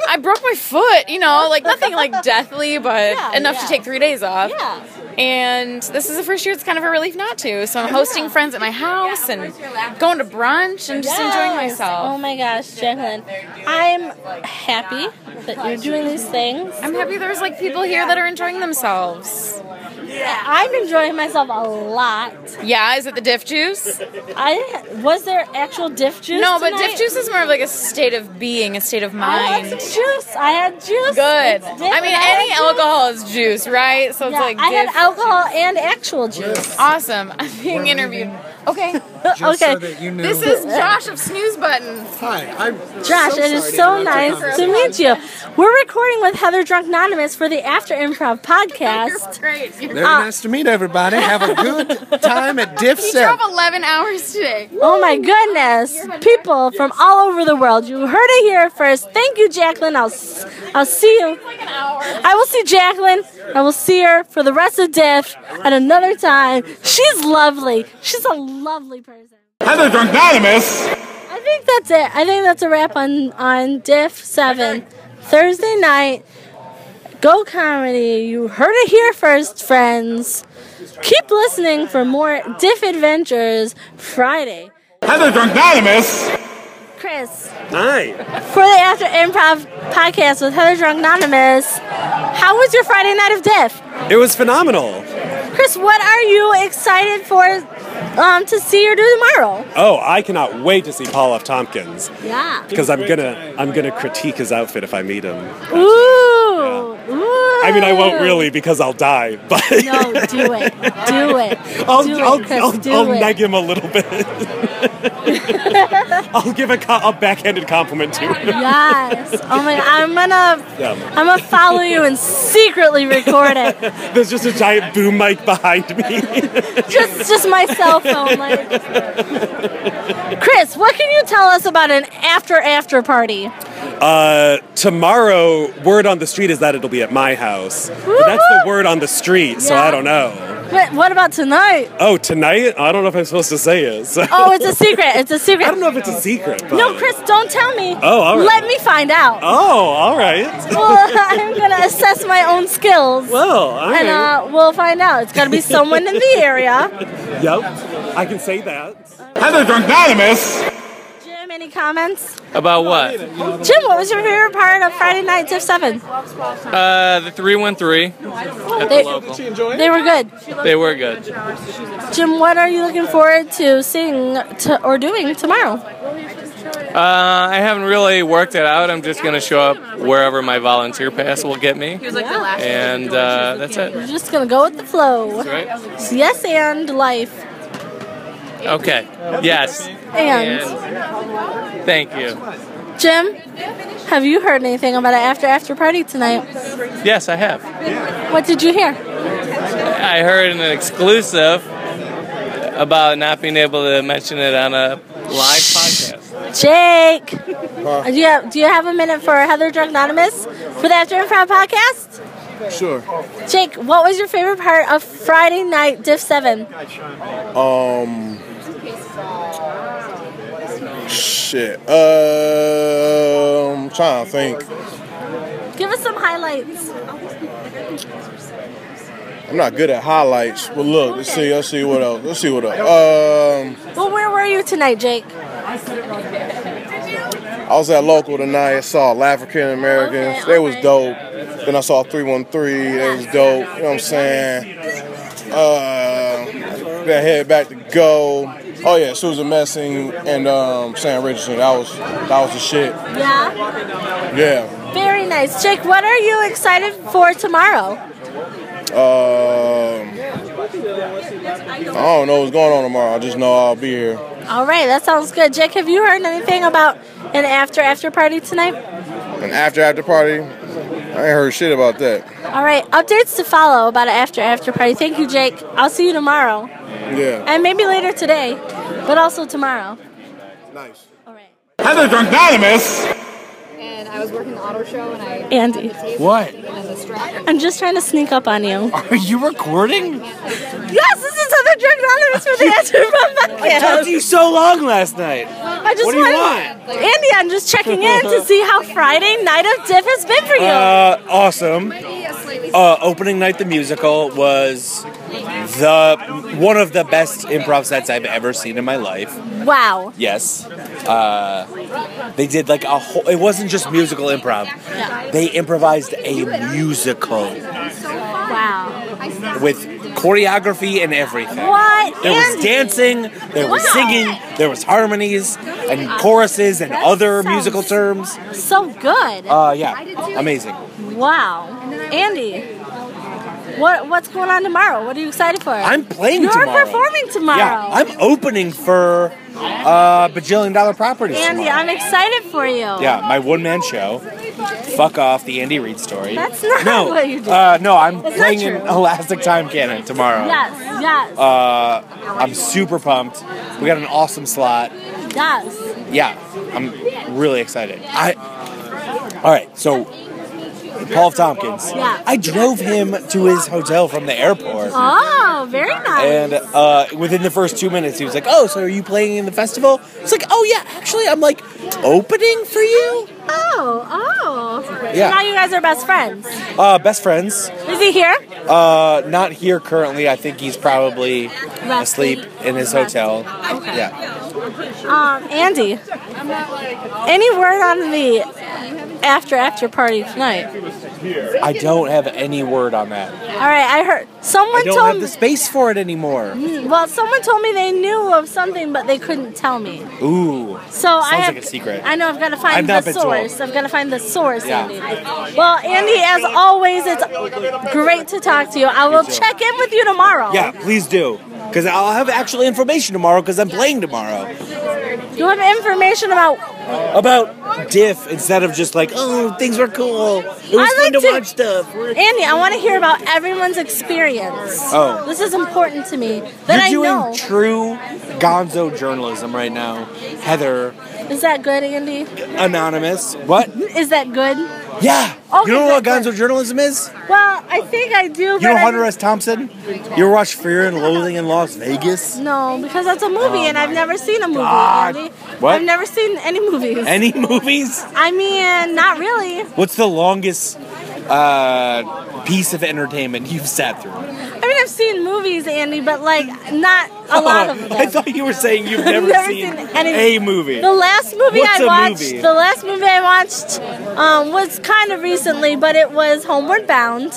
Speaker 12: I broke my foot, you know, like nothing like deathly, but enough to take three days off.
Speaker 2: Yeah.
Speaker 12: And this is the first year it's kind of a relief not to. So I'm hosting friends at my house and going to brunch and just enjoying
Speaker 2: Yes.
Speaker 12: myself.
Speaker 2: Oh my gosh, Jacqueline. I'm happy. that you're doing these things.
Speaker 12: I'm happy there's like people here that are enjoying themselves.
Speaker 2: I'm enjoying myself a lot.
Speaker 12: Yeah, is it the diff juice?
Speaker 2: I was there actual diff juice.
Speaker 12: no, but
Speaker 2: tonight?
Speaker 12: diff juice is more of like a state of being, a state of
Speaker 2: I
Speaker 12: mind.
Speaker 2: had some juice. I had juice.
Speaker 12: Good.
Speaker 2: It's diff
Speaker 12: I
Speaker 2: and
Speaker 12: mean,
Speaker 2: had
Speaker 12: any
Speaker 2: juice.
Speaker 12: alcohol is juice, right? So it's
Speaker 2: Yeah,
Speaker 12: like
Speaker 2: I had
Speaker 12: diff-
Speaker 2: alcohol and actual juice.
Speaker 12: Awesome. I'm being interviewed. Okay.
Speaker 2: Just so
Speaker 12: okay.
Speaker 2: that you knew.
Speaker 12: This is Josh of Snooze Button. Hi, I'm
Speaker 2: Josh, it is so nice to meet you. We're recording with Heather Drunk Anonymous for the After Improv podcast.
Speaker 12: Great. You're
Speaker 10: Very
Speaker 2: Ah.
Speaker 10: nice to meet everybody. Have a good time at Diff
Speaker 12: He
Speaker 10: Center.
Speaker 12: drove 11 hours today.
Speaker 2: Oh my goodness. People from all over the world. You heard it here first. Thank you, Jacqueline. I'll, s- I'll see you. I will see Jacqueline. I will see her for the rest of Diff at another time. She's lovely. She's a lovely person.
Speaker 5: Heather Drunknonymous.
Speaker 2: I think that's it. I think that's a wrap on on Diff Seven Thursday night. Go comedy. You heard it here first, friends. Keep listening for more Diff Adventures Friday.
Speaker 5: Heather Drunknonymous.
Speaker 2: Chris,
Speaker 5: Hi.
Speaker 2: for the After Improv podcast with Heather Drunk Anonymous, how was your Friday night of Diff?
Speaker 14: It was phenomenal.
Speaker 2: Chris, what are you excited for um, to see or do tomorrow?
Speaker 14: Oh, I cannot wait to see Paul F. Tompkins
Speaker 2: Yeah.
Speaker 14: because I'm gonna I'm gonna critique his outfit if I meet him.
Speaker 2: Ooh. Ooh.
Speaker 14: I mean, I won't really because I'll die, but
Speaker 2: No, do it. Do it.
Speaker 14: I'll
Speaker 2: do
Speaker 14: I'll,
Speaker 2: it, Chris.
Speaker 14: I'll,
Speaker 2: do
Speaker 14: I'll
Speaker 2: it.
Speaker 14: neg him a little bit. I'll give a, co- a backhanded compliment to him.
Speaker 2: yes. Oh my! I'm gonna,
Speaker 14: Yeah.
Speaker 2: I'm gonna follow you and secretly record it.
Speaker 14: There's just a giant boom mic behind me.
Speaker 2: Just, just my cell phone. Like, Chris, what can you tell us about an after after party?
Speaker 14: Uh, tomorrow, word on the street is that it'll be at my house. But that's the word on the street, so I
Speaker 2: Yeah.
Speaker 14: don't know.
Speaker 2: What, what about tonight?
Speaker 14: Oh, tonight? I don't know if I'm supposed to say it. so-
Speaker 2: Oh, it's a secret. It's a secret. I don't
Speaker 14: know if it's a secret. But...
Speaker 2: No, Chris, don't tell me.
Speaker 14: Oh, all right.
Speaker 2: Let me find out.
Speaker 14: Oh, all right.
Speaker 2: Well, I'm gonna assess my own skills.
Speaker 14: Well, all
Speaker 2: and
Speaker 14: right.
Speaker 2: uh, we'll find out. It's gotta be someone in the area.
Speaker 14: Yep, I can say that.
Speaker 5: Heather Drunknonymous.
Speaker 2: Jim, any comments?
Speaker 15: About what?
Speaker 2: Jim, what was your favorite part of Friday Night Diff 7?
Speaker 15: Uh, the 313 at the local.
Speaker 2: They were good.
Speaker 15: They were good. Uh,
Speaker 2: Jim, what are you looking forward to seeing to, or doing tomorrow?
Speaker 15: Uh, I haven't really worked it out. I'm just going to show up wherever my volunteer pass will get me. And uh, that's
Speaker 2: You're
Speaker 15: it.
Speaker 2: just going to go with the flow.
Speaker 15: That's
Speaker 2: Yes, and life.
Speaker 15: Okay. Yes.
Speaker 2: And,
Speaker 15: And thank you.
Speaker 2: Jim, have you heard anything about an after after party tonight?
Speaker 15: Yes, I have.
Speaker 2: What did you hear?
Speaker 15: I heard an exclusive about not being able to mention it on a live podcast.
Speaker 2: Jake, do you have, do you have a minute for Heather Drunk Anonymous for the After Improv podcast?
Speaker 16: Sure.
Speaker 2: Jake, what was your favorite part of Friday Night Diff 7?
Speaker 16: Um. Shit. Uh, I'm trying to think.
Speaker 2: Give us some highlights.
Speaker 16: I'm not good at highlights, but look, let's see. Let's see what else. Let's see what else. Um,
Speaker 2: Well, where were you tonight, Jake?
Speaker 16: I was at local tonight. I saw African Americans. they was dope. Then I saw 313. They was dope. You know what I'm saying? Uh, then I head back to go. Oh yeah, Susan Messing and um, Sam Richardson. That was that was the shit.
Speaker 2: Yeah.
Speaker 16: Yeah.
Speaker 2: Very nice. Jake, what are you excited for tomorrow?
Speaker 16: Um, I don't know what's going on tomorrow. I just know I'll be here.
Speaker 2: All right, that sounds good. Jake, have you heard anything about an after after party tonight?
Speaker 16: And after after party, I ain't heard shit about that.
Speaker 2: All right, updates to follow about an after after party. Thank you, Jake. I'll see you tomorrow.
Speaker 16: Yeah.
Speaker 2: And maybe later today, but also tomorrow.
Speaker 16: Nice.
Speaker 5: Heather Drunknonymous.
Speaker 11: And I was working the auto show and I.
Speaker 2: Andy.
Speaker 11: What?
Speaker 2: I'm just trying to sneak up on you.
Speaker 11: Are you recording?
Speaker 2: Yes, this is Heather Drunk Anonymous for the After Improv
Speaker 11: I
Speaker 2: podcast.
Speaker 11: talked to
Speaker 10: you so long last night.
Speaker 2: I just
Speaker 10: What do you
Speaker 2: wanted- Andy, I'm just checking in to see how Friday night of Diff has been for you.
Speaker 10: Uh, awesome. Uh, opening night, the musical was the one of the best improv sets I've ever seen in my life.
Speaker 2: wow.
Speaker 10: Yes,
Speaker 7: uh, they did like a whole. It wasn't just musical improv. They improvised a musical
Speaker 2: Wow.
Speaker 7: with choreography and everything.
Speaker 2: What?
Speaker 7: There was
Speaker 2: Andy?
Speaker 7: dancing, there was
Speaker 2: Wow.
Speaker 7: singing, there was harmonies and choruses and other musical terms.
Speaker 2: So good.
Speaker 7: Uh, yeah, amazing.
Speaker 2: Wow. Andy, what what's going on tomorrow? What are you excited for?
Speaker 7: I'm playing
Speaker 2: You're
Speaker 7: tomorrow.
Speaker 2: performing tomorrow.
Speaker 7: Yeah, I'm opening for uh, bajillion dollar properties.
Speaker 2: Andy,
Speaker 7: tomorrow.
Speaker 2: I'm excited for you.
Speaker 7: Yeah, my one man show. Fuck off, the Andy Reid story.
Speaker 2: That's not
Speaker 7: no,
Speaker 2: what you did.
Speaker 7: Uh, no, I'm
Speaker 2: That's not
Speaker 7: playing in
Speaker 2: true.
Speaker 7: Elastic Time Cannon tomorrow.
Speaker 2: Yes, yes,
Speaker 7: Uh, I'm super pumped. We got an awesome slot.
Speaker 2: yes.
Speaker 7: Yeah, I'm really excited. I. All right, so Paul Tompkins.
Speaker 2: Yeah.
Speaker 7: I drove him to his hotel from the airport.
Speaker 2: Oh, very nice.
Speaker 7: And uh, within the first two minutes, he was like, "Oh, so are you playing in the festival?" It's like, "Oh yeah, actually, I'm like opening for you."
Speaker 2: Oh, oh.
Speaker 7: Yeah.
Speaker 2: Now you guys are best friends.
Speaker 7: Uh, best friends.
Speaker 2: Is he here?
Speaker 7: Uh, not here currently. I think he's probably asleep in his hotel.
Speaker 2: Okay.
Speaker 7: Yeah.
Speaker 2: Um, Andy, any word on the after after party tonight?
Speaker 7: I don't have any word on that.
Speaker 2: All right, I heard someone
Speaker 7: I don't
Speaker 2: told
Speaker 7: have
Speaker 2: me.
Speaker 7: the space for it anymore.
Speaker 2: Mm, Well, someone told me they knew of something, but they couldn't tell me.
Speaker 7: Ooh.
Speaker 2: So
Speaker 7: sounds
Speaker 2: I have,
Speaker 7: like a secret.
Speaker 2: I know I've got to
Speaker 7: I've
Speaker 2: find
Speaker 7: not
Speaker 2: the
Speaker 7: been told.
Speaker 2: source. I've got to find the source,
Speaker 7: Yeah.
Speaker 2: Andy. Well, Andy, as always, it's great to talk to you. I will
Speaker 7: too.
Speaker 2: check in with you tomorrow.
Speaker 7: Yeah, please do, because I'll have actual information tomorrow. Because I'm playing tomorrow.
Speaker 2: You have information about.
Speaker 7: about diff instead of just like oh things were cool it was
Speaker 2: I
Speaker 7: fun to,
Speaker 2: like to,
Speaker 7: watch stuff
Speaker 2: Andy, I want to hear about everyone's experience.
Speaker 7: Oh.
Speaker 2: This is important to me.
Speaker 7: you're
Speaker 2: That
Speaker 7: doing
Speaker 2: I know.
Speaker 7: true gonzo journalism right now heather
Speaker 2: Is that good, Andy?
Speaker 7: anonymous what
Speaker 2: Is that good?
Speaker 7: yeah
Speaker 2: Okay,
Speaker 7: you know what gonzo journalism is
Speaker 2: Well, I think I do.
Speaker 7: you
Speaker 2: but
Speaker 7: know
Speaker 2: I-
Speaker 7: hunter s thompson you ever watch fear and loathing in las vegas
Speaker 2: No, because that's a movie, and I've never seen a movie,
Speaker 7: Oh God.
Speaker 2: Andy.
Speaker 7: What?
Speaker 2: I've never seen any movies.
Speaker 7: any movies
Speaker 2: I mean, not really.
Speaker 7: what's the longest uh, piece of entertainment you've sat through
Speaker 2: I mean, I've seen movies, Andy, but like not a lot of them.
Speaker 7: i thought you were saying you've
Speaker 2: I've
Speaker 7: never,
Speaker 2: never
Speaker 7: seen,
Speaker 2: seen any-
Speaker 7: a movie
Speaker 2: The last movie
Speaker 7: What's
Speaker 2: I
Speaker 7: a
Speaker 2: watched,
Speaker 7: movie?
Speaker 2: the last movie I watched, um, was kind of recently, but it was Homeward Bound.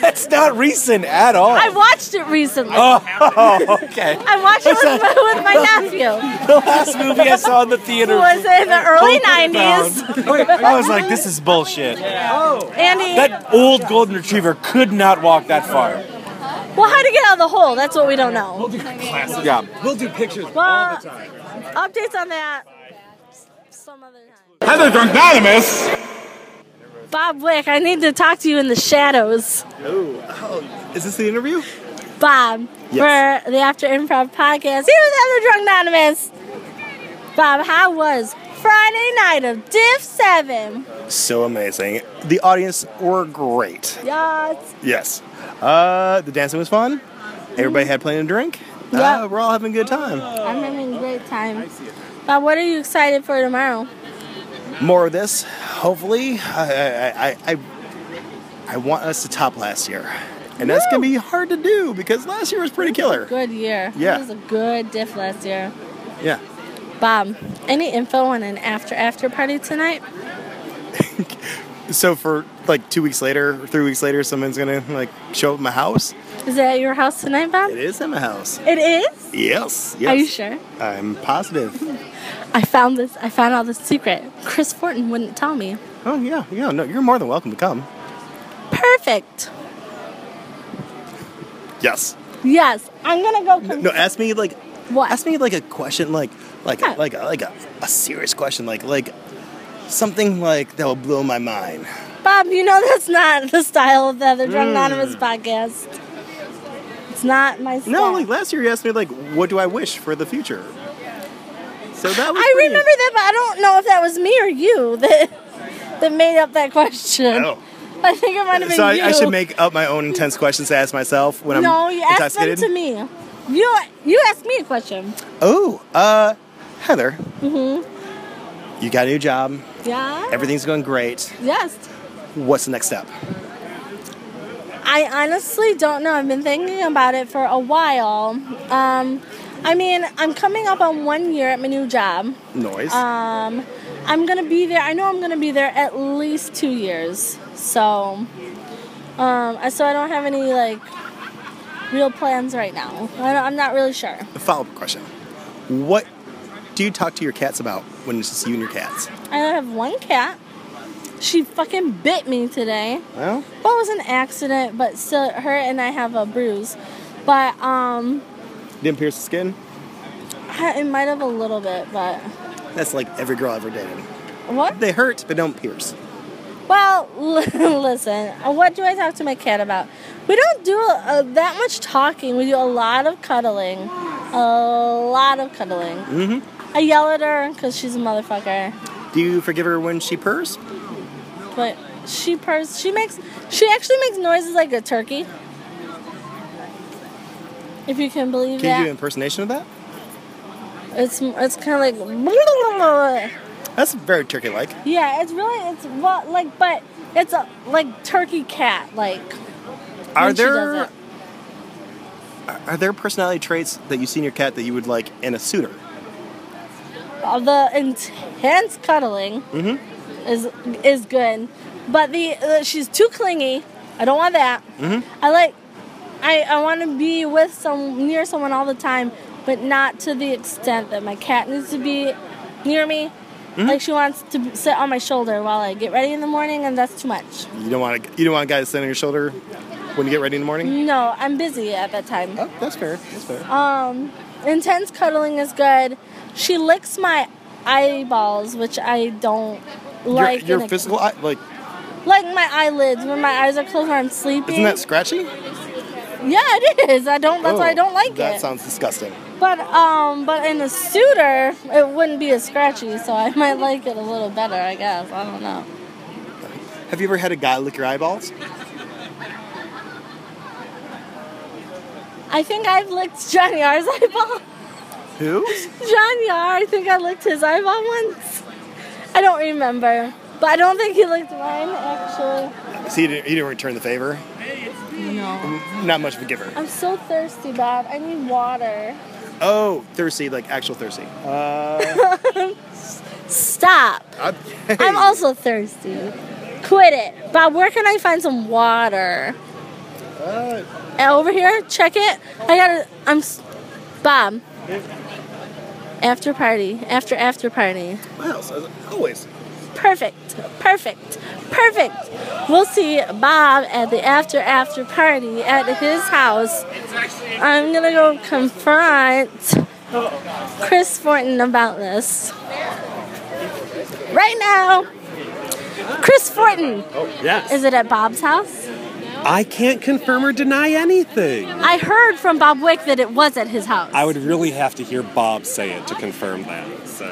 Speaker 7: That's not recent at all.
Speaker 2: I watched it recently.
Speaker 7: Oh, okay.
Speaker 2: I watched it with,
Speaker 7: That's
Speaker 2: my, with my nephew.
Speaker 7: The last movie I saw in the theater
Speaker 2: Was in the early
Speaker 7: Homeward
Speaker 2: 90s.
Speaker 7: Bound. I was like, this is bullshit.
Speaker 2: Andy,
Speaker 7: That old golden retriever could not walk that far.
Speaker 2: well, how to get out of the hole? That's what we don't know.
Speaker 7: Yeah.
Speaker 11: We'll do pictures
Speaker 2: Well, updates on that. Some other
Speaker 5: Heather Drunknanimous.
Speaker 2: Bob Wick, I need to talk to you in the shadows.
Speaker 17: Oh, is this the interview?
Speaker 2: Bob,
Speaker 17: Yes.
Speaker 2: for the After Improv podcast. He was Other Drunk Anonymous. Bob, how was Friday night of Diff 7?
Speaker 17: So amazing. The audience were great.
Speaker 2: Yes.
Speaker 17: Yes. Uh, the dancing was fun. Everybody had plenty to drink. Uh, we're all having a good time.
Speaker 2: I'm having a great time. Bob, what are you excited for tomorrow?
Speaker 17: More of this, hopefully. I, I, I, I, I want us to top last year. And that's going to be hard to do because last year was pretty killer.
Speaker 2: Good year.
Speaker 17: Yeah.
Speaker 2: It was a good diff last year.
Speaker 17: Yeah.
Speaker 2: Bob, any info on an after after party tonight?
Speaker 17: So for like two weeks later, or three weeks later, someone's going to like show up at my house.
Speaker 2: Is it at your house tonight, Bob?
Speaker 17: It is at my house.
Speaker 2: It is?
Speaker 17: Yes. yes.
Speaker 2: Are you sure?
Speaker 17: I'm positive.
Speaker 2: I found this. I found out the secret. Chris Fortin wouldn't tell me.
Speaker 17: Oh yeah, yeah. No, you're more than welcome to come.
Speaker 2: Perfect.
Speaker 17: Yes.
Speaker 2: Yes, I'm gonna go.
Speaker 17: No, ask me like.
Speaker 2: What?
Speaker 17: Ask me like a question, like like like a, like a, a serious question, like like something like that will blow my mind.
Speaker 2: Bob, you know that's not the style of the other Drunk
Speaker 17: Mm.
Speaker 2: Anonymous podcast. It's not my style.
Speaker 17: No, like last year you asked me like, what do I wish for the future? So that was.
Speaker 2: I remember that, but I don't know if that was me or you that that made up that question.
Speaker 17: Oh.
Speaker 2: I think it might have been
Speaker 17: So
Speaker 2: you.
Speaker 17: I, I should make up my own intense questions to ask myself when I'm
Speaker 2: no, you asked them
Speaker 17: intoxicated.
Speaker 2: to me. You you asked me a question.
Speaker 17: Oh, uh, Heather,
Speaker 2: Mm-hmm.
Speaker 17: you got a new job.
Speaker 2: Yeah.
Speaker 17: Everything's going great.
Speaker 2: Yes.
Speaker 17: What's the next step?
Speaker 2: I honestly don't know. I've been thinking about it for a while. Um, I mean, I'm coming up on one year at my new job.
Speaker 17: Noise.
Speaker 2: Um, I'm gonna be there. I know I'm gonna be there at least two years. So, um, I- so I don't have any like real plans right now. I don't, I'm not really sure.
Speaker 17: Follow up question. What do you talk to your cats about when it's just you and your cats?
Speaker 2: I have one cat. She fucking bit me today.
Speaker 17: Well,
Speaker 2: Well, it was an accident, but still, her and I have a bruise. But um,
Speaker 17: didn't pierce the skin?
Speaker 2: I- it might have a little bit, but
Speaker 17: That's like every girl I ever dated.
Speaker 2: What?
Speaker 17: They hurt, but don't pierce.
Speaker 2: well, listen. What do I talk to my cat about? We don't do uh, that much talking. We do a lot of cuddling, a lot of cuddling.
Speaker 17: Mm-hmm.
Speaker 2: I yell at her because she's a motherfucker.
Speaker 17: Do you forgive her when she purrs?
Speaker 2: But she purrs. She makes. She actually makes noises like a turkey. If you can believe
Speaker 17: Can you do
Speaker 2: that,
Speaker 17: impersonation of that?
Speaker 2: it's it's kind of like.
Speaker 17: That's very turkey-like.
Speaker 2: Yeah, it's really it's well, like but it's a like turkey cat like.
Speaker 17: Are
Speaker 2: when she does
Speaker 17: there
Speaker 2: it.
Speaker 17: are there personality traits that you see in your cat that you would like in a suitor?
Speaker 2: Uh, the intense cuddling
Speaker 17: Mm-hmm.
Speaker 2: is is good, but the uh, she's too clingy. I don't want that.
Speaker 17: Mm-hmm.
Speaker 2: I like I I want to be with some near someone all the time, but not to the extent that my cat needs to be near me.
Speaker 17: Hmm?
Speaker 2: Like she wants to b- sit on my shoulder while I get ready in the morning, and that's too much.
Speaker 17: You don't want to. You don't want a guy to stand on your shoulder when you get ready in the morning.
Speaker 2: No, I'm busy at that time.
Speaker 17: Oh, that's fair. That's fair.
Speaker 2: Um, intense cuddling is good. She licks my eyeballs, which I don't like.
Speaker 17: your, your
Speaker 2: in a-
Speaker 17: physical eye, like
Speaker 2: like my eyelids when my eyes are closed when I'm sleeping.
Speaker 17: isn't that scratchy?
Speaker 2: yeah, it is. I don't. That's why I
Speaker 17: Oh,
Speaker 2: don't like
Speaker 17: That
Speaker 2: it.
Speaker 17: sounds disgusting.
Speaker 2: but um, but in a suitor, it wouldn't be as scratchy, so I might like it a little better. I guess. I don't know.
Speaker 17: Have you ever had a guy lick your eyeballs?
Speaker 2: I think I've licked Johnny R's eyeball.
Speaker 17: Who?
Speaker 2: John Yar, I think I licked his eyeball once. I don't remember, but I don't think he licked mine actually.
Speaker 17: So you didn't, you didn't return the favor.
Speaker 2: No.
Speaker 17: Not much of a giver.
Speaker 2: I'm so thirsty, Bob. I need water.
Speaker 17: Oh, thirsty, like actual thirsty. Uh,
Speaker 2: Stop.
Speaker 17: I'm,
Speaker 2: I'm also thirsty. Quit it. Bob, where can I find some water? Uh, Over here, check it. I gotta. I'm. s- Bob. After party. After after party.
Speaker 17: Well, so- always.
Speaker 2: Perfect. Perfect. Perfect. We'll see Bob at the after after party at his house. I'm gonna go confront Chris Fortin about this. Right now, Chris Fortin.
Speaker 14: yes.
Speaker 2: Is it at Bob's house?
Speaker 14: I can't confirm or deny anything.
Speaker 2: I heard from Bob Wick that it was at his house.
Speaker 14: I would really have to hear Bob say it to confirm that. So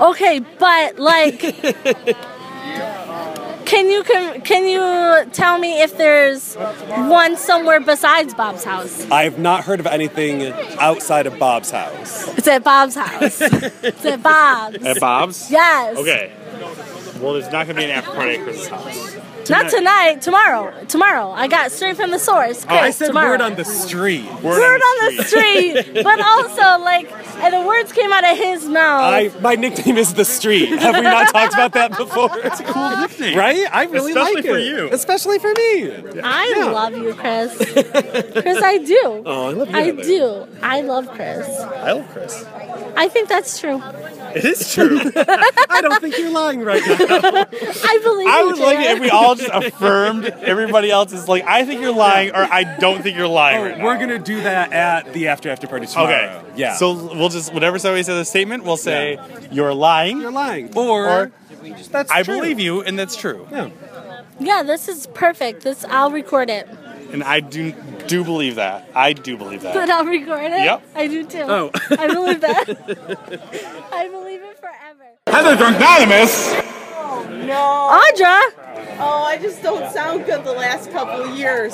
Speaker 2: Okay, but like, can you can, can you tell me if there's one somewhere besides Bob's house?
Speaker 14: I have not heard of anything outside of Bob's house.
Speaker 2: It's at Bob's house. it's at Bob's.
Speaker 9: At Bob's?
Speaker 2: Yes.
Speaker 9: Okay. Well, there's not going to be an after party at Chris's house.
Speaker 2: Not tonight. Tomorrow. Tomorrow. I got straight from the source. Chris,
Speaker 14: Oh, I said
Speaker 2: tomorrow.
Speaker 14: word on the street. Word,
Speaker 2: Word on the street, but also like, and the words came out of his mouth.
Speaker 14: I, my nickname is the street. Have we not talked about that before? It's a cool
Speaker 9: nickname,
Speaker 14: right? I really
Speaker 9: Especially
Speaker 14: like it,
Speaker 9: for you.
Speaker 14: especially for me.
Speaker 2: I
Speaker 14: Yeah.
Speaker 2: love you, Chris. Chris, I do.
Speaker 14: Oh, I love you,
Speaker 2: I
Speaker 14: Heather.
Speaker 2: do. I love Chris.
Speaker 14: I love Chris.
Speaker 2: I think that's true.
Speaker 14: It is true. I don't think you're lying right
Speaker 2: I believe.
Speaker 9: I
Speaker 2: you,
Speaker 9: would like it
Speaker 2: Jared.
Speaker 9: if we all just affirmed everybody else is like, I think you're lying or I don't think you're lying right now.
Speaker 14: Oh, We're gonna do that at the after after party tomorrow.
Speaker 9: Okay.
Speaker 14: Yeah.
Speaker 9: So we'll just, whenever somebody says a statement, we'll say, you're lying. You're
Speaker 14: lying. Or,
Speaker 9: that's I believe you and that's true.
Speaker 2: Yeah, this is perfect. This I'll record it.
Speaker 9: And I do do believe that. I do believe that.
Speaker 2: But uh, I'll record it.
Speaker 9: Yep.
Speaker 2: I do too.
Speaker 9: Oh.
Speaker 2: I believe that. I believe it forever.
Speaker 5: Heather Drunknonimus.
Speaker 18: Oh, No.
Speaker 2: Audra.
Speaker 18: Oh, I just don't sound good the last couple of years.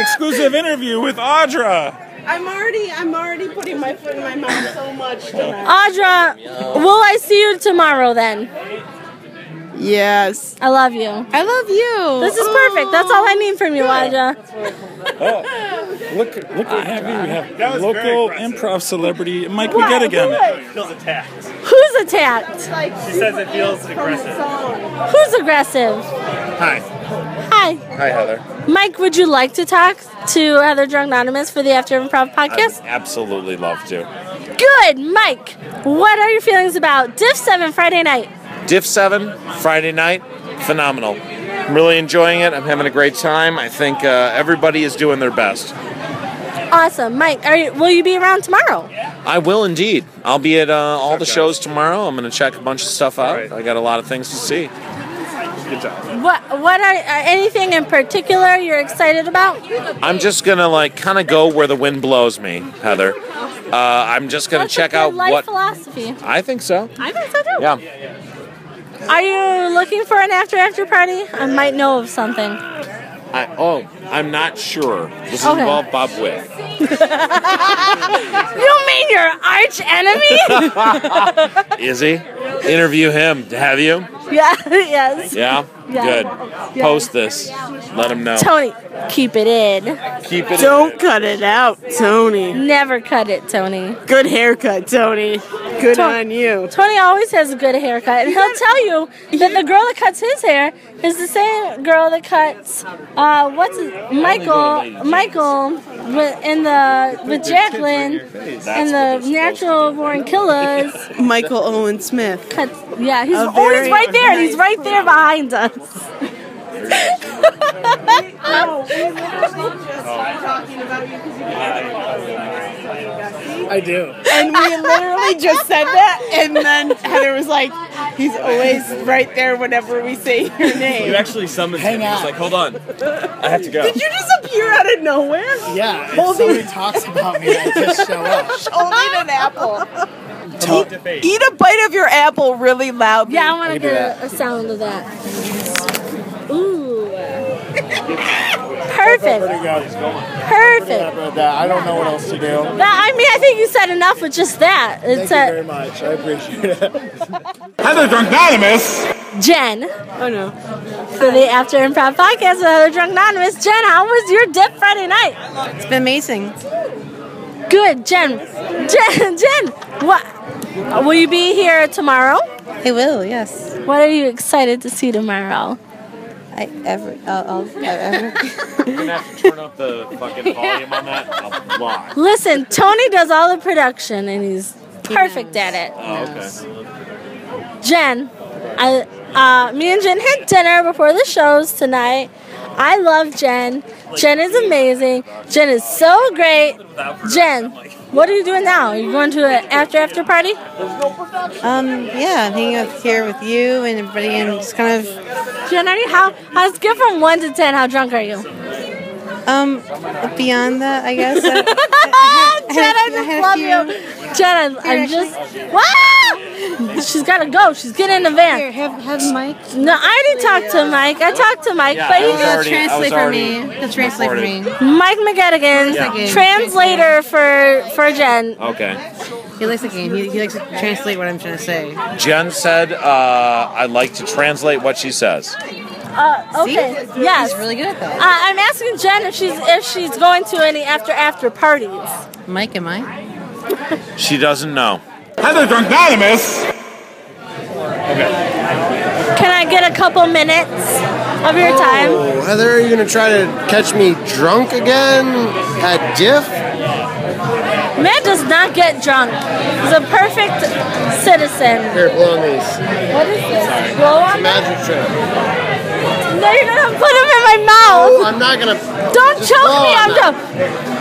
Speaker 5: Exclusive interview with Audra.
Speaker 18: I'm already, I'm already putting my foot in my mouth so much tonight.
Speaker 2: Audra, will I see you tomorrow then? Yes. I love you. I love you. This is perfect. That's all I need from you, Aja.
Speaker 19: Look, look what happy we have. Local improv celebrity Mike
Speaker 2: What?
Speaker 19: Beget again.
Speaker 2: What?
Speaker 9: Feels attacked.
Speaker 2: Who's attacked?
Speaker 9: She says it feels aggressive.
Speaker 2: Who's aggressive?
Speaker 9: Hi.
Speaker 2: Hi.
Speaker 9: Hi, Heather.
Speaker 2: Mike, would you like to talk to Heather Drunk Anonymous for the After Improv podcast?
Speaker 7: Absolutely love to.
Speaker 2: Good, Mike. What are your feelings about Diff 7 Friday night?
Speaker 20: Diff 7, Friday night, phenomenal. I'm really enjoying it. I'm having a great time. I think uh, everybody is doing their best.
Speaker 2: Awesome. Mike, are you, will you be around tomorrow?
Speaker 20: I will indeed. I'll be at uh, all the shows tomorrow. I'm going to check a bunch of stuff out. I got a lot of things to see. Good job.
Speaker 2: What what are, are anything in particular you're excited about?
Speaker 20: I'm just gonna like kind of go where the wind blows me, Heather. Uh, I'm just gonna check out
Speaker 2: Life
Speaker 20: what
Speaker 2: philosophy.
Speaker 20: I think so.
Speaker 2: I think so too.
Speaker 20: Yeah,
Speaker 2: Are you looking for an after after party? I might know of something.
Speaker 20: I, oh, I'm not sure. This
Speaker 2: Okay.
Speaker 20: involved Bob Wick.
Speaker 2: you mean your arch enemy?
Speaker 20: Is he? Interview him. Have you?
Speaker 2: yeah, yes.
Speaker 20: Yeah.
Speaker 2: Yeah.
Speaker 20: Good.
Speaker 2: Yeah.
Speaker 20: Post this. Let him know.
Speaker 2: Tony, keep it in.
Speaker 20: Keep it.
Speaker 18: Don't cut it out, Tony.
Speaker 2: Never cut it, Tony.
Speaker 18: Good haircut, Tony. Good
Speaker 2: To-
Speaker 18: on you.
Speaker 2: Tony always has a good haircut, and he'll tell you that the girl that cuts his hair is the same girl that cuts uh, what's his, Michael Michael with, in the with Jacqueline and the natural born killers.
Speaker 18: Michael Owen Smith.
Speaker 2: Cuts, yeah, he's
Speaker 18: A
Speaker 2: oh, he's
Speaker 18: very
Speaker 2: right there. He's
Speaker 18: nice
Speaker 2: right there behind us.
Speaker 18: I
Speaker 21: do.
Speaker 18: And we literally just said that, and then Heather was like, "He's always right there whenever we say your
Speaker 21: You
Speaker 18: name."
Speaker 21: actually summoned him. Just like, hold on, I have to go.
Speaker 18: Did you just appear out of nowhere?
Speaker 21: Yeah, if
Speaker 18: holding,
Speaker 21: somebody talks about me, I just show up.
Speaker 18: holding an apple. Eat, eat a bite of your apple really loud.
Speaker 2: Yeah, I want to get a, a sound of that. Ooh. Perfect. Perfect.
Speaker 21: I don't know what else to do.
Speaker 2: That- I mean, I think you said enough with just that.
Speaker 21: Thank
Speaker 2: It's a,
Speaker 21: you very much. I appreciate it.
Speaker 5: Heather Drunknonymous.
Speaker 2: Jen. Oh no. For the After Improv podcast with Other Drunk Anonymous. Jen, how was your dip Friday night? It's been amazing. Good, Jen. Jen, Jen, what? Will you be here tomorrow? I will, yes. What are you excited to see tomorrow? I ever, I'll, I'll ever.
Speaker 20: You're gonna have to turn up the fucking volume on that a lot.
Speaker 2: Listen, Tony does all the production and he's perfect at it.
Speaker 20: Oh, okay.
Speaker 2: Jen, I, uh, me and Jen had dinner before the shows tonight. I love Jen. Jen is amazing. Jen is so great. Jen, what are you doing now? Are you going to an after after party?
Speaker 8: Um, yeah, I'm hanging out here with you and everybody, and just
Speaker 2: of.
Speaker 8: kind
Speaker 2: Jen, are you how? How's give from one to ten? How drunk are you?
Speaker 8: Um, beyond that, I guess. I,
Speaker 2: Jen, I just love you. Jen, I, I'm just. What? She's gotta go. She's getting in the van. Here, have, have Mike. No, I didn't talk to Mike. I talked to Mike,
Speaker 8: Yeah,
Speaker 2: but
Speaker 8: I
Speaker 2: he
Speaker 8: was
Speaker 2: can
Speaker 8: already- I Translate was for already me. He'll translate for me.
Speaker 2: Mike McGettigan,
Speaker 8: Yeah. Translate.
Speaker 2: translator for for Jen.
Speaker 20: Okay.
Speaker 8: he likes the game. He, he likes to translate what I'm trying to say.
Speaker 20: Jen said, uh, "I'd like to translate what she says."
Speaker 2: Uh, okay. Yes. really good at that. Uh, I'm asking Jen if she's if she's going to any after after parties. Mike, am I?
Speaker 20: She doesn't know.
Speaker 5: Heather Drunknonymous.
Speaker 2: Can I get a couple minutes of your time?
Speaker 22: Oh, Heather, are you gonna try to catch me drunk again at Diff?
Speaker 2: Matt does not get drunk. He's a perfect citizen.
Speaker 22: Here, blow on these.
Speaker 2: What is this? Blow on
Speaker 22: Magic trick.
Speaker 2: No, you're gonna put them in my mouth.
Speaker 22: I'm not gonna.
Speaker 2: Don't
Speaker 22: Just
Speaker 2: choke
Speaker 22: blow
Speaker 2: me.
Speaker 22: on
Speaker 2: I'm
Speaker 22: that.
Speaker 2: done.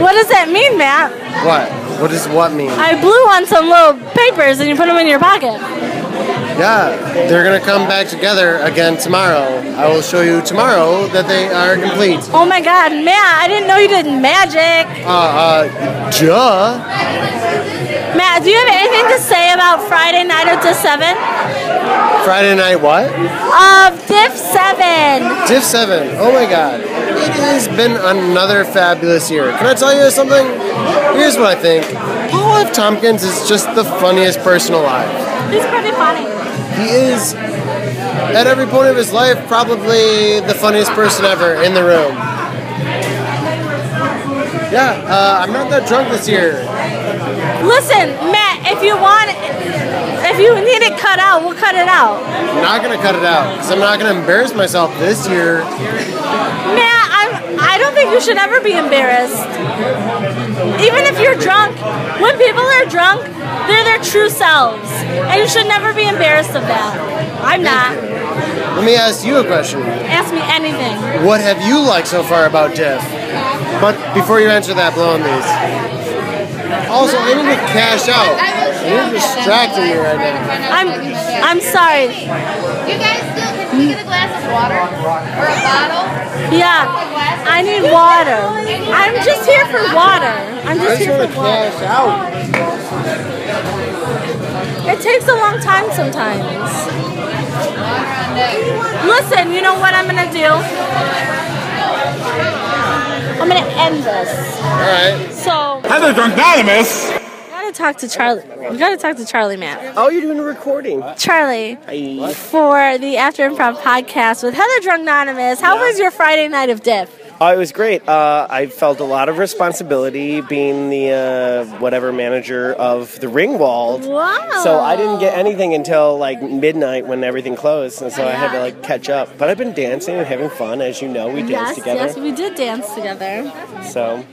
Speaker 2: What does that mean, Matt?
Speaker 22: What? What does what mean?
Speaker 2: I blew on some little papers and you put them in your pocket.
Speaker 22: Yeah, they're gonna come back together again tomorrow. I will show you tomorrow that they are complete.
Speaker 2: Oh my God, Matt! I didn't know you did magic.
Speaker 22: Uh, uh, duh.
Speaker 2: Matt, do you have anything to say about Friday night at the seven?
Speaker 22: Friday night, what?
Speaker 2: Of Diff Seven.
Speaker 22: Diff 7. Oh my god. It has been another fabulous year. Can I tell you something? Here's what I think Paul F. Tompkins is just the funniest person alive.
Speaker 2: He's pretty funny.
Speaker 22: He is, at every point of his life, probably the funniest person ever in the room. Yeah, uh, I'm not that drunk this year.
Speaker 2: Listen, Matt, if you want, if you need it cut out, we'll cut it out.
Speaker 22: I'm not gonna cut it out because I'm not gonna embarrass myself this year.
Speaker 2: Matt, I'm, I don't think you should ever be embarrassed. Even if you're drunk, when people are drunk, they're their true selves, and you should never be embarrassed of that. I'm not.
Speaker 22: Let me ask you a question.
Speaker 2: Ask me anything.
Speaker 22: What have you liked so far about Diff? But before you answer that, blow on these. Also, I need to cash out. You're distracting me right now.
Speaker 2: I'm, I'm sorry.
Speaker 1: You guys still can we get a glass of water or a bottle?
Speaker 2: Yeah, I need water. I'm just here for water. I'm just here for water. It takes a long time sometimes. Listen, you know what I'm gonna do? I'm gonna end this.
Speaker 22: All right.
Speaker 2: So
Speaker 5: Heather Drunknanimous.
Speaker 2: we gotta talk to Charlie. We gotta talk to Charlie Matt.
Speaker 6: Oh, you're doing a recording.
Speaker 2: Charlie, for the After Improv podcast with Heather Drunknanimous. How was your Friday night of dip?
Speaker 6: Oh, it was great. Uh, I felt a lot of responsibility being the uh, whatever manager of the Ringwald.
Speaker 2: Wow.
Speaker 6: So I didn't get anything until like midnight when everything closed, and so I had to like catch up. But I've been dancing and having fun, as you know. We danced
Speaker 2: yes,
Speaker 6: together.
Speaker 2: yes, we did dance together.
Speaker 6: So,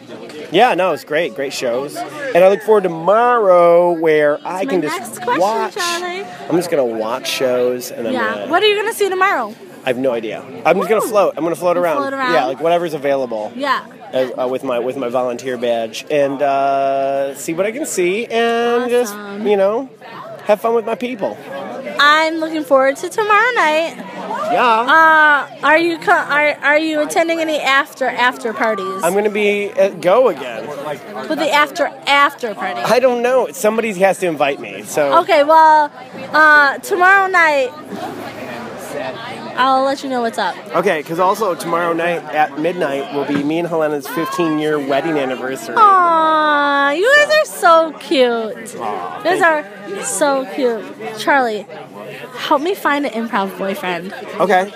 Speaker 6: yeah, no, it's great. Great shows. And I look forward to tomorrow where I
Speaker 2: my
Speaker 6: can
Speaker 2: next
Speaker 6: just
Speaker 2: question,
Speaker 6: watch.
Speaker 2: Charlie.
Speaker 6: I'm just going to watch shows and I'm
Speaker 2: Yeah.
Speaker 6: gonna,
Speaker 2: What are you gonna see tomorrow?
Speaker 6: I have no idea. I'm just going to float. I'm going to float around.
Speaker 2: float around.
Speaker 6: Yeah, like whatever's available.
Speaker 2: Yeah.
Speaker 6: As, uh, with my with my volunteer badge and uh, see what I can see and just you know have fun with my people.
Speaker 2: I'm looking forward to tomorrow night. Yeah. Uh, are you co- are are you attending any after after parties?
Speaker 6: I'm gonna be at go again.
Speaker 2: But the after after party.
Speaker 6: I don't know. Somebody has to invite me. So
Speaker 2: Okay, well, uh, tomorrow night I'll let you know what's up.
Speaker 6: Okay, because also tomorrow night at midnight will be me and Helena's 15 year wedding anniversary.
Speaker 2: Aww, you guys are so cute. You guys are so cute. Charlie, help me find an improv boyfriend.
Speaker 6: Okay.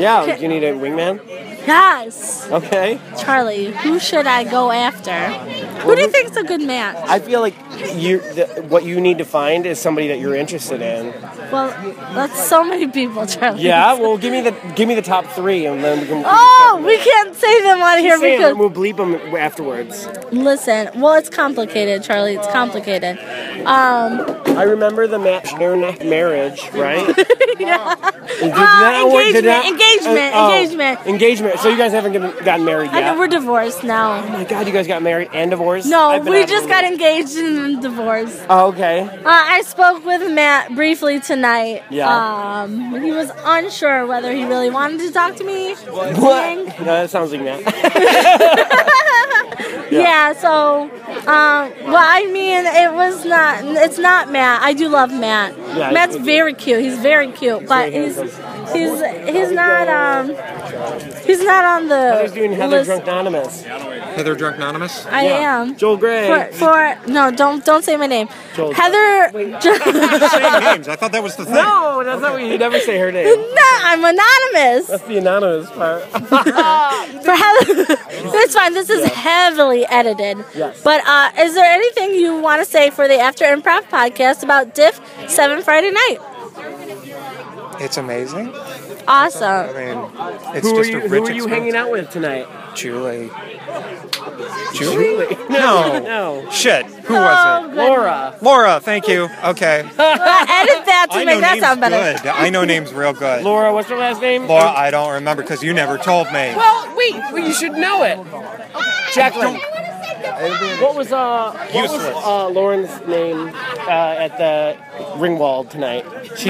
Speaker 6: Yeah, you need a wingman?
Speaker 2: Yes,
Speaker 6: Okay.
Speaker 2: Charlie, who should I go after? Who do you think's a good match?
Speaker 6: I feel like you the, what you need to find is somebody that you're interested in.
Speaker 2: Well, that's so many people, Charlie.
Speaker 6: Yeah, well, give me the give me the top three, and then we can.
Speaker 2: Oh, we can't say them on
Speaker 6: Keep
Speaker 2: here
Speaker 6: saying
Speaker 2: because
Speaker 6: them, we'll bleep them afterwards.
Speaker 2: listen. Well, it's complicated, Charlie. It's complicated. Um,
Speaker 6: I remember the ma- Marinette marriage, right?
Speaker 2: yeah.
Speaker 6: Did
Speaker 2: Uh,
Speaker 6: that work? Did
Speaker 2: engagement,
Speaker 6: that-
Speaker 2: engagement,
Speaker 6: uh, oh,
Speaker 2: engagement.
Speaker 6: engagement. So you guys haven't gotten gotten married
Speaker 2: I
Speaker 6: yet?
Speaker 2: know we're divorced now.
Speaker 6: Oh my god, you guys got married and divorced?
Speaker 2: No,
Speaker 6: I've been
Speaker 2: we
Speaker 6: out of
Speaker 2: just
Speaker 6: the
Speaker 2: got
Speaker 6: loop.
Speaker 2: engaged and then divorced.
Speaker 6: Oh, okay.
Speaker 2: Uh, I spoke with Matt briefly tonight.
Speaker 6: Yeah.
Speaker 2: Um, he was unsure whether he really wanted to talk to me.
Speaker 6: What? No, that sounds like Matt.
Speaker 2: Yeah. so, um, well, I mean, it was not. It's not Matt. I do love Matt.
Speaker 6: Yeah,
Speaker 2: Matt's
Speaker 6: he's-
Speaker 2: very cute. He's very cute, but he's he's he's not um he's not on the
Speaker 6: Heather's doing Heather
Speaker 2: list.
Speaker 6: Drunk Anonymous.
Speaker 4: Heather Drunknanimous?
Speaker 2: I
Speaker 6: Yeah.
Speaker 2: am
Speaker 6: Joel Gray.
Speaker 2: for, for no. Don't don't say my name.
Speaker 6: Joel-
Speaker 2: Heather.
Speaker 6: Say
Speaker 2: no,
Speaker 6: names. I thought that was the thing. No, that's not what you never say her name.
Speaker 2: I'm anonymous.
Speaker 6: That's the anonymous part.
Speaker 2: For Heather, it's fine. This is heavily edited.
Speaker 6: Yes.
Speaker 2: But uh, is there anything you want to say for the After Improv podcast about Diff Seven Friday Night?
Speaker 23: It's amazing. I
Speaker 2: Awesome.
Speaker 23: mean, it's
Speaker 6: who
Speaker 23: just
Speaker 6: are you,
Speaker 23: a rich
Speaker 6: who are you hanging out with tonight?
Speaker 23: experience. Julie.
Speaker 6: Julie?
Speaker 23: No.
Speaker 6: No.
Speaker 23: Shit. Who
Speaker 2: Oh,
Speaker 23: was it?
Speaker 2: goodness. Laura.
Speaker 23: Laura, thank you. Okay.
Speaker 2: Well, edit that to
Speaker 23: I know
Speaker 2: make that
Speaker 23: names
Speaker 2: sound better.
Speaker 23: good. I know names real good.
Speaker 6: Laura, what's her last name?
Speaker 23: Laura, I don't remember because you never told me.
Speaker 6: Well, wait, well, you should know it. Jacqueline. What was uh what was
Speaker 23: Useless.
Speaker 6: uh, Lauren's name uh, at the Ringwald tonight? She's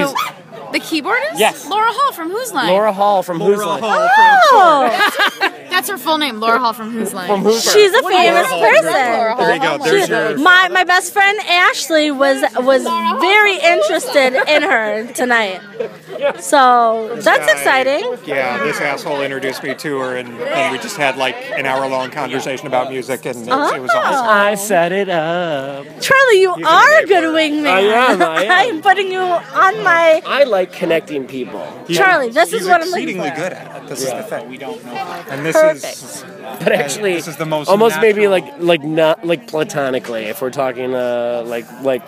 Speaker 12: The keyboardist?
Speaker 6: Yes.
Speaker 12: Laura Hall from Who's Line.
Speaker 6: Laura Hall from Who's Line.
Speaker 12: Oh! That's her full name, Laura Hall from Who's Line.
Speaker 6: From Who's Line.
Speaker 2: She's a
Speaker 6: What do you
Speaker 2: famous
Speaker 6: love,
Speaker 2: person.
Speaker 6: Laura Hall? There you go. There's
Speaker 2: She-
Speaker 6: your-
Speaker 2: my my best friend Ashley was was very interested in her tonight. So that's
Speaker 23: guy-
Speaker 2: exciting.
Speaker 23: Yeah, this asshole introduced me to her, and, and we just had like an hour long conversation about music, and it, it was awesome.
Speaker 2: I
Speaker 23: set it up.
Speaker 2: Charlie, Oh. you are a good wingman.
Speaker 23: I am, I am.
Speaker 2: I'm putting you on my.
Speaker 6: I like connecting people.
Speaker 2: Charlie, this is what I'm looking
Speaker 23: exceedingly
Speaker 2: for.
Speaker 23: good at it. This is the thing. We don't know. And this is.
Speaker 6: But actually,
Speaker 23: this is the most
Speaker 6: almost
Speaker 23: natural-
Speaker 6: maybe like like not like platonically. If we're talking uh, like like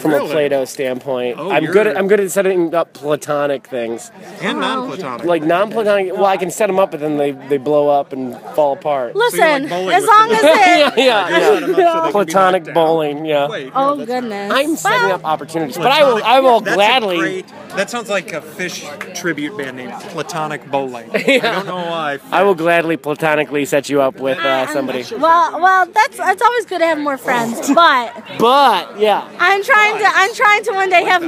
Speaker 6: from a
Speaker 23: Really?
Speaker 6: Plato standpoint,
Speaker 23: Oh,
Speaker 6: I'm good. At,
Speaker 23: you're-
Speaker 6: I'm good at setting up platonic things
Speaker 23: And non-platonic.
Speaker 6: Like non-platonic. Well, I can set them up, but then they they blow up and fall apart.
Speaker 2: Listen, as long as it.
Speaker 6: yeah, yeah,
Speaker 2: Yeah.
Speaker 6: platonic bowling. Yeah.
Speaker 2: Oh goodness.
Speaker 6: I'm setting up opportunities, but I will.
Speaker 23: Platonic-
Speaker 6: I will
Speaker 23: That's a
Speaker 6: gladly.
Speaker 23: great- that sounds like a fish tribute band named Platonic Bowling. I
Speaker 6: Yeah.
Speaker 23: don't know why.
Speaker 6: I will gladly platonically set you up with uh, somebody.
Speaker 2: Well, well, that's that's always good to have more friends, but
Speaker 6: But yeah,
Speaker 2: I'm trying to I'm trying to one day have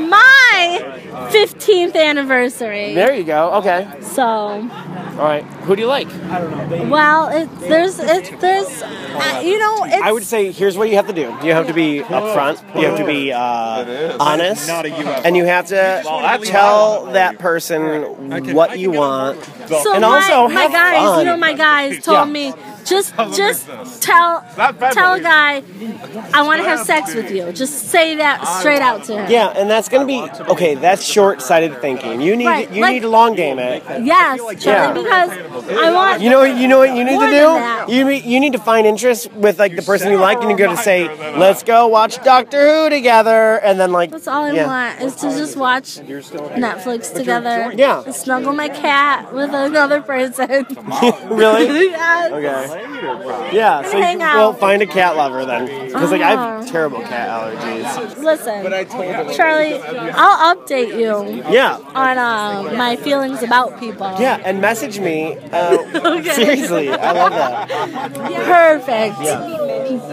Speaker 2: my 15th anniversary.
Speaker 6: there you go. Okay.
Speaker 2: So,
Speaker 6: All right. Who do you like? I don't know.
Speaker 2: well, it, there's it, there's uh, you know it's
Speaker 6: I would say here's what you have to do. You have to be upfront. You have to be uh, honest, and you have to tell that person what you want,
Speaker 2: so
Speaker 6: and
Speaker 2: my,
Speaker 6: also
Speaker 2: my
Speaker 6: have
Speaker 2: guys,
Speaker 6: fun.
Speaker 2: you know my guys told me just just tell tell a guy I want to have sex with you. Just say that straight out to him.
Speaker 6: Yeah, and that's gonna be okay. That's short-sighted thinking. You need
Speaker 2: Right,
Speaker 6: you
Speaker 2: like-
Speaker 6: need to long game it.
Speaker 2: Yes,
Speaker 6: Yeah.
Speaker 2: Charlie, because I want
Speaker 6: You know, what- you know what you need
Speaker 2: More
Speaker 6: to
Speaker 2: than that.
Speaker 6: do. You need, you need to find interest with like the person you like, and you go to say, "Let's go watch Doctor Who together," and then like
Speaker 2: That's all I
Speaker 6: yeah.
Speaker 2: want is to just watch Netflix together.
Speaker 6: Yeah.
Speaker 2: And snuggle my cat with another person.
Speaker 6: really?
Speaker 2: Yes.
Speaker 6: Okay. Yeah. So
Speaker 2: Hang
Speaker 6: you, well,
Speaker 2: out.
Speaker 6: find a cat lover then, because like I have
Speaker 2: Uh-huh.
Speaker 6: terrible cat allergies.
Speaker 2: Listen, Charlie, I'll update you
Speaker 6: Yeah.
Speaker 2: on uh, my feelings about people.
Speaker 6: Yeah, and message me. Uh,
Speaker 2: Okay.
Speaker 6: Seriously, I love that.
Speaker 2: Perfect.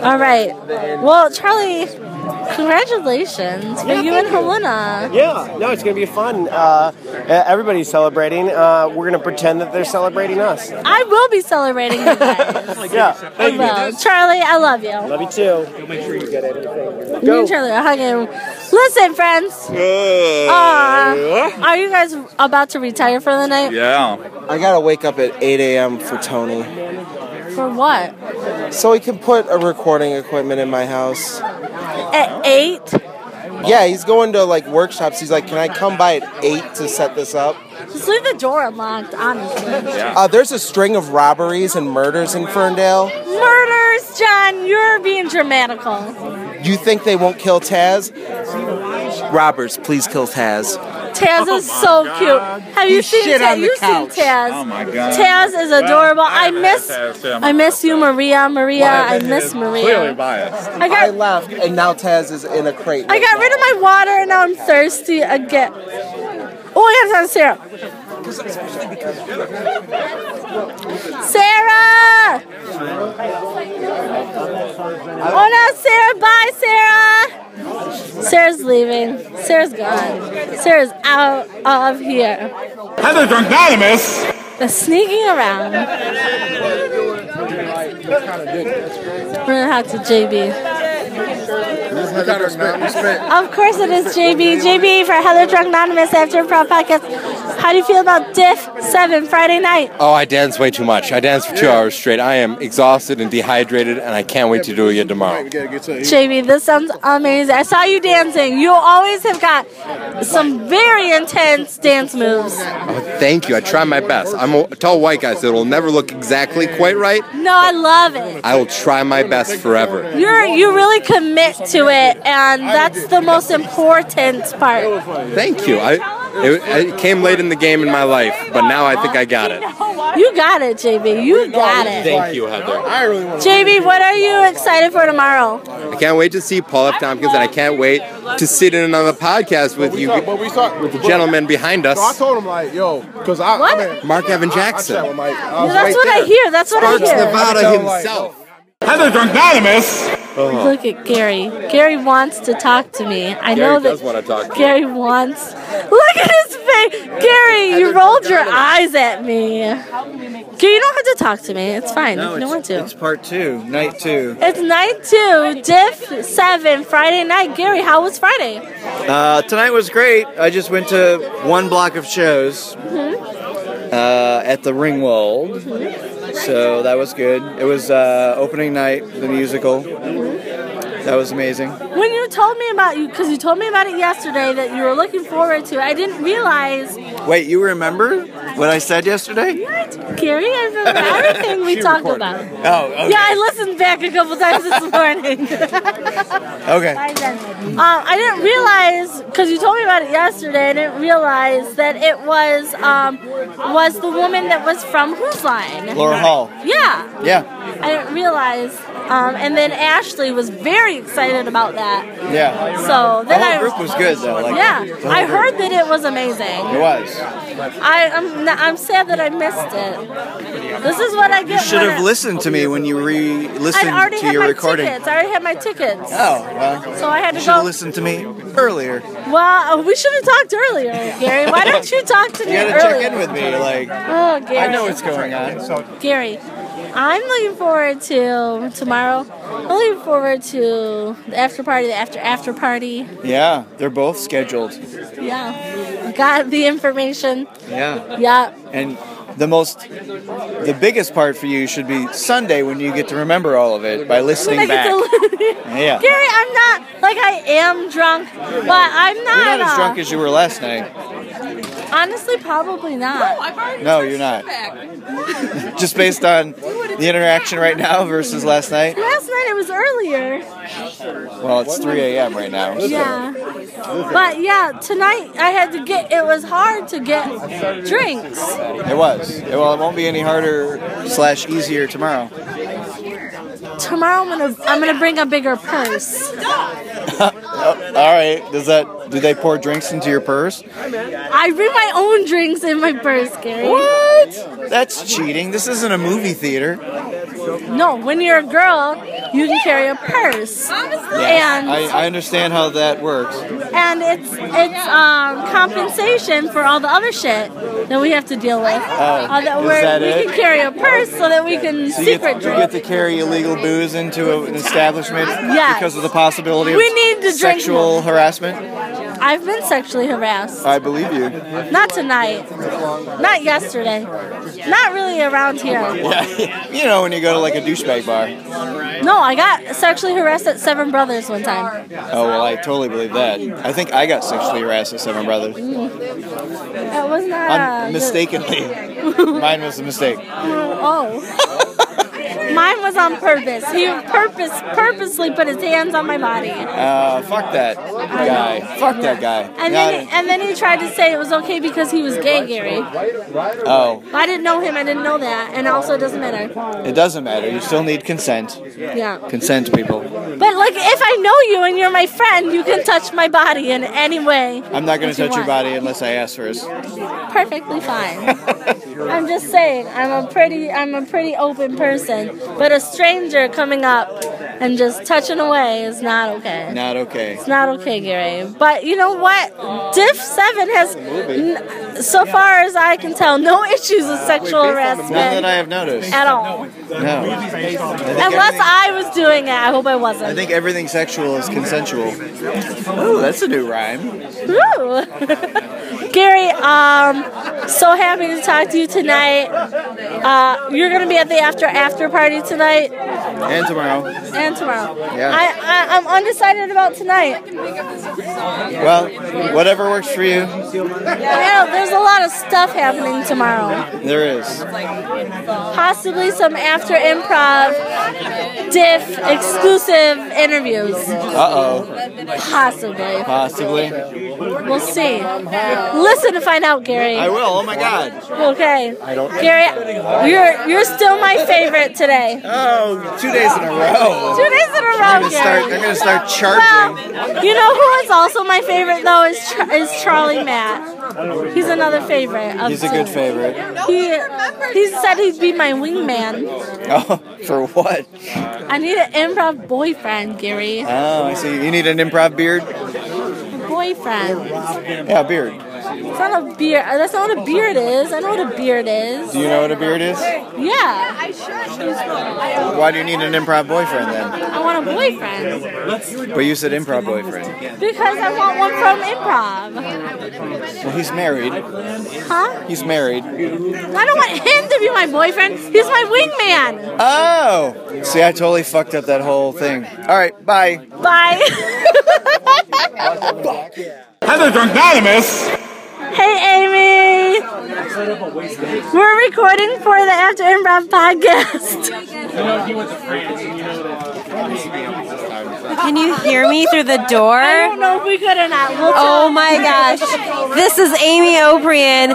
Speaker 2: All right. Well, Charlie, congratulations for
Speaker 6: Yeah,
Speaker 2: you
Speaker 6: thank
Speaker 2: and Helena.
Speaker 6: Yeah, no, it's gonna be fun. Uh, everybody's celebrating. Uh, we're gonna pretend that they're celebrating us.
Speaker 2: I will be celebrating you guys.
Speaker 6: Yeah,
Speaker 2: I will. Charlie, I love you.
Speaker 6: Love you too. You'll make sure you get everything.
Speaker 2: Me and Charlie are hugging. Listen, friends. Uh, are you guys about to retire for the night?
Speaker 3: Yeah. I gotta wake up at 8 a.m. for Tony.
Speaker 2: For what?
Speaker 3: So he can put a recording equipment in my house.
Speaker 2: At eight?
Speaker 3: Yeah, he's going to like workshops. He's like, can I come by at 8 to set this up?
Speaker 2: Just leave the door unlocked, honestly.
Speaker 3: Uh, there's a string of robberies and murders in Ferndale.
Speaker 2: Murders, John. You're being dramatical.
Speaker 3: You think they won't kill Taz? Robbers, please kill Taz.
Speaker 2: Taz
Speaker 3: Oh
Speaker 2: is so cute. Have you
Speaker 3: He
Speaker 2: seen
Speaker 3: shit
Speaker 2: Taz?
Speaker 3: on the
Speaker 2: You've seen
Speaker 3: couch.
Speaker 2: Taz.
Speaker 3: Oh my God.
Speaker 2: Taz is adorable.
Speaker 3: Well, I
Speaker 2: I
Speaker 3: haven't
Speaker 2: miss
Speaker 3: had Taz, too. I'm
Speaker 2: I miss you, Maria. Maria, I miss Maria.
Speaker 3: biased.
Speaker 2: I
Speaker 3: I,
Speaker 2: got-
Speaker 3: left, and now Taz is in a crate.
Speaker 2: I got rid of my water and now I'm thirsty again. Oh, I got some syrup. Sarah! Oh no, Sarah! Bye, Sarah! Sarah's leaving. Sarah's gone. Sarah's out of here.
Speaker 5: Heather Drunknanimous.
Speaker 2: They're sneaking around. We're gonna talk to JB. Of course it is JB. JB for Heather Drunk Anonymous after Improv Podcast. How do you feel about Diff 7 Friday night?
Speaker 4: Oh, I dance way too much. I danced for two hours straight. I am exhausted and dehydrated, and I can't wait to do it again tomorrow.
Speaker 2: JB, this sounds amazing. I saw you dancing. You always have got some very intense dance moves.
Speaker 4: Oh, thank you. I try my best. I'm a tall white guy, so it'll never look exactly quite right.
Speaker 2: No, I love it.
Speaker 4: I will try my best forever.
Speaker 2: You're you really commit to it and that's the most important part.
Speaker 4: Thank you. I it, it came late in the game in my life, but now I think I got it.
Speaker 2: You got it, JB. You got it.
Speaker 4: Thank you, Heather.
Speaker 3: I really want
Speaker 2: JB, what are you excited for tomorrow?
Speaker 4: I can't wait to see Paul F. Tompkins, and I can't wait to sit in on the podcast with you,
Speaker 16: But we saw
Speaker 4: with the gentleman behind
Speaker 16: So I
Speaker 4: us,
Speaker 16: told him like, yo, because I,
Speaker 2: What?
Speaker 16: I mean,
Speaker 4: Mark Evan
Speaker 16: I
Speaker 4: Jackson.
Speaker 16: was like, I was
Speaker 2: That's
Speaker 16: right
Speaker 2: what I
Speaker 16: there.
Speaker 2: hear. That's what I
Speaker 4: Sparks
Speaker 2: hear.
Speaker 4: Nevada
Speaker 16: I tell him,
Speaker 4: himself.
Speaker 5: Heather Drunknanimous.
Speaker 4: Oh.
Speaker 2: Look at Gary. Gary wants to talk to me. I
Speaker 4: Gary
Speaker 2: know
Speaker 4: does
Speaker 2: that
Speaker 4: wanna talk to you.
Speaker 2: Gary wants. Look at his face. Gary, you rolled your eyes at me. Gary, you don't have to talk to me. It's fine if you don't want to.
Speaker 13: It's part two, night two.
Speaker 2: It's night two, diff seven, Friday night. Gary, how was Friday?
Speaker 13: Uh, tonight was great. I just went to one block of shows uh, at the Ringwald, so that was good. It was uh, opening night, the musical. That was amazing.
Speaker 2: When you told me about you, because you told me about it yesterday that you were looking forward to, I didn't realize,
Speaker 13: Wait, you remember what I said yesterday?
Speaker 2: Gary, I remember everything we talked about.
Speaker 13: Oh, okay.
Speaker 2: Yeah, I listened back a couple times this morning.
Speaker 13: Okay.
Speaker 2: Um, I didn't realize because you told me about it yesterday. I didn't realize that it was um, was the woman that was from Who's Line.
Speaker 13: Laura Hall.
Speaker 2: Yeah,
Speaker 13: Yeah.
Speaker 2: I didn't realize. Um, and then Ashley was very excited about that.
Speaker 13: Yeah.
Speaker 2: So
Speaker 13: the
Speaker 2: then
Speaker 13: whole
Speaker 2: I
Speaker 13: group was good though. Like,
Speaker 2: yeah,
Speaker 13: the whole
Speaker 2: I
Speaker 13: group.
Speaker 2: heard that it was amazing.
Speaker 13: It was.
Speaker 2: I, I'm not- I'm sad that I missed it. This is what I
Speaker 13: You
Speaker 2: get.
Speaker 13: should
Speaker 2: when
Speaker 13: have
Speaker 2: I-
Speaker 13: listened to me when you re-listened
Speaker 2: I'd uh, already
Speaker 13: to
Speaker 2: had
Speaker 13: your
Speaker 2: my
Speaker 13: recording.
Speaker 2: tickets. I already had my tickets.
Speaker 13: Oh, well.
Speaker 2: So I had
Speaker 13: you
Speaker 2: to
Speaker 13: should have
Speaker 2: go-
Speaker 13: listened to me earlier.
Speaker 2: Well, uh, we should have talked earlier, Gary. Why don't you talk to
Speaker 13: You
Speaker 2: me
Speaker 13: gotta
Speaker 2: earlier?
Speaker 13: check in with me, like.
Speaker 2: Oh, Gary.
Speaker 13: I know what's going on.
Speaker 2: Gary, I'm looking forward to tomorrow. I'm looking forward to the after party, the after after party.
Speaker 13: Yeah, they're both scheduled.
Speaker 2: Yeah, got the information.
Speaker 13: Yeah.
Speaker 2: Yeah.
Speaker 13: And the most, the biggest part for you should be Sunday when you get to remember all of it by listening
Speaker 2: Like,
Speaker 13: back.
Speaker 2: it's a-
Speaker 13: Yeah.
Speaker 2: Gary, I'm not like I am drunk, but I'm not.
Speaker 13: You're not as
Speaker 2: uh,
Speaker 13: drunk as you were last night.
Speaker 2: honestly, probably not.
Speaker 13: No, you're not. Just based on the interaction right now versus last night.
Speaker 2: Last night it was earlier.
Speaker 13: Well, it's 3 a.m. right now. so-
Speaker 2: Yeah. But yeah, tonight I had to get. It was hard to get drinks.
Speaker 13: It was. Well, it won't be any harder slash easier tomorrow.
Speaker 2: Tomorrow I'm gonna I'm gonna bring a bigger purse.
Speaker 13: Oh, all right. Does that? Do they pour drinks into your purse?
Speaker 2: I bring my own drinks in my purse, Gary.
Speaker 13: What? That's cheating. This isn't a movie theater.
Speaker 2: No, when you're a girl, you can carry a purse, and
Speaker 13: I, I understand how that works.
Speaker 2: and it's it's um, compensation for all the other shit that we have to deal with. Uh, that
Speaker 13: is
Speaker 2: we're-
Speaker 13: that
Speaker 2: we
Speaker 13: it?
Speaker 2: can carry a purse so that we can
Speaker 13: So you
Speaker 2: secret
Speaker 13: get, you
Speaker 2: drink.
Speaker 13: get to carry illegal booze into a, an establishment
Speaker 2: Yes.
Speaker 13: because of the possibility
Speaker 2: We
Speaker 13: of
Speaker 2: need to drink
Speaker 13: sexual
Speaker 2: more.
Speaker 13: harassment.
Speaker 2: I've been sexually harassed.
Speaker 13: I believe you.
Speaker 2: Not tonight. Not yesterday. Not really around here.
Speaker 13: Yeah, you know when you go to like a douchebag bar.
Speaker 2: No, I got sexually harassed at Seven Brothers one time.
Speaker 13: Oh well, I totally believe that. I think I got sexually harassed at Seven Brothers,
Speaker 2: Mm. That was not a
Speaker 13: Un-
Speaker 2: good-
Speaker 13: mistakenly. Mine was a mistake.
Speaker 2: Oh. Mine was on purpose. He purpose purposely put his hands on my body.
Speaker 13: Uh, fuck that guy. Fuck that guy.
Speaker 2: And
Speaker 13: Got
Speaker 2: then, and then he tried to say it was okay because he was gay, Gary.
Speaker 13: it. Oh,
Speaker 2: I didn't know him. I didn't know that. And also, it doesn't matter.
Speaker 13: it doesn't matter. You still need consent.
Speaker 2: Yeah.
Speaker 13: Consent, people.
Speaker 2: But like, if I know you and you're my friend, you can touch my body in any way.
Speaker 13: I'm not going
Speaker 2: that
Speaker 13: to
Speaker 2: you
Speaker 13: touch your
Speaker 2: want.
Speaker 13: body unless I ask first.
Speaker 2: Perfectly fine. I'm just saying, I'm a pretty, I'm a pretty open person. But a stranger coming up and just touching away is not okay.
Speaker 13: Not okay.
Speaker 2: It's not okay, Gary. But you know what? Diff Seven has, n- so far as I can tell, no issues with sexual harassment.
Speaker 13: None that I have noticed.
Speaker 2: At all.
Speaker 13: No. I think,
Speaker 2: Unless
Speaker 13: everything,
Speaker 2: I was doing it. I hope I wasn't.
Speaker 13: I think everything sexual is consensual. Ooh, that's a new rhyme.
Speaker 2: Woo! Gary, um, so happy to talk to you tonight. Uh, you're gonna be at the after after party tonight
Speaker 13: And tomorrow.
Speaker 2: and tomorrow.
Speaker 13: Yeah.
Speaker 2: I, I I'm undecided about tonight.
Speaker 13: Well, whatever works for you,
Speaker 2: I know, there's a lot of stuff happening tomorrow.
Speaker 13: there is.
Speaker 2: Possibly some after improv, diff exclusive interviews.
Speaker 13: Uh oh.
Speaker 2: Possibly.
Speaker 13: Possibly.
Speaker 2: We'll see. Listen to find out, Gary.
Speaker 13: I will. Oh my God.
Speaker 2: Okay.
Speaker 13: I don't-
Speaker 2: Gary, you're you're still my favorite today.
Speaker 13: Oh, two days in a row.
Speaker 2: Two days in a
Speaker 13: They're
Speaker 2: row,
Speaker 13: gonna start.
Speaker 2: Gary.
Speaker 13: They're gonna start charging.
Speaker 2: You know who is also my favorite though is Char- is Charlie Matt. He's another favorite. of
Speaker 13: He's a good favorite.
Speaker 2: He he said he'd be my wingman.
Speaker 13: Oh, for what?
Speaker 2: I need an improv boyfriend, Gary.
Speaker 13: Oh, I see. You need an improv beard.
Speaker 2: Boyfriend.
Speaker 13: Yeah, a beard.
Speaker 2: It's not a beard. That's not what a beard is. I know what a beard is.
Speaker 13: Do you know what a beard is?
Speaker 2: Yeah. I should.
Speaker 13: Why do you need an improv boyfriend then?
Speaker 2: I want a boyfriend
Speaker 13: But you said improv boyfriend.
Speaker 2: because I want one from improv.
Speaker 13: Well, he's married.
Speaker 2: Huh?
Speaker 13: He's married.
Speaker 2: I don't want him to be my boyfriend. He's my wingman.
Speaker 13: Oh! See, I totally fucked up that whole thing. All right, bye.
Speaker 2: Bye.
Speaker 5: Heather Drunknanimous.
Speaker 2: hey, Amy. We're recording for the After Improv podcast.
Speaker 8: Can you hear me through the door?
Speaker 2: I don't know if we could or not. We'll
Speaker 8: Oh
Speaker 2: talk.
Speaker 8: my gosh. This is Amy Oprian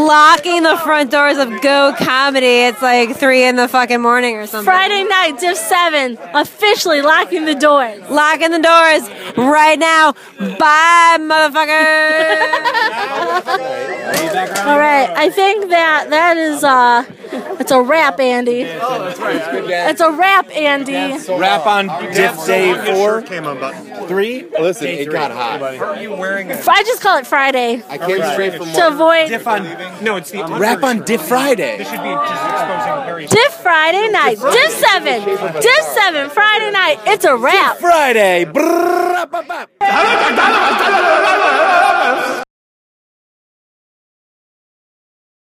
Speaker 8: locking the front doors of Go Comedy. It's like 3 in the fucking morning or something.
Speaker 2: Friday night, Div 7, officially locking the doors.
Speaker 8: Locking the doors right now. Bye, motherfucker.
Speaker 2: All right, I think that that is uh, it's a wrap, Andy. Oh, that's right. It's a wrap, Andy.
Speaker 4: Wrap on Diff Day 4.
Speaker 10: Came unbuttoned.
Speaker 4: Three? Listen, it got hot.
Speaker 10: Are you wearing a
Speaker 2: I just call it Friday.
Speaker 4: I came straight from
Speaker 2: to avoid
Speaker 10: Diff on no, it's the
Speaker 4: Wrap on Diff Friday.
Speaker 10: This should be just exposing Harry.
Speaker 2: Diff Friday night, Diff Seven, Diff Seven Friday night. It's a wrap.
Speaker 4: Friday.
Speaker 5: Heather Drunknanimous.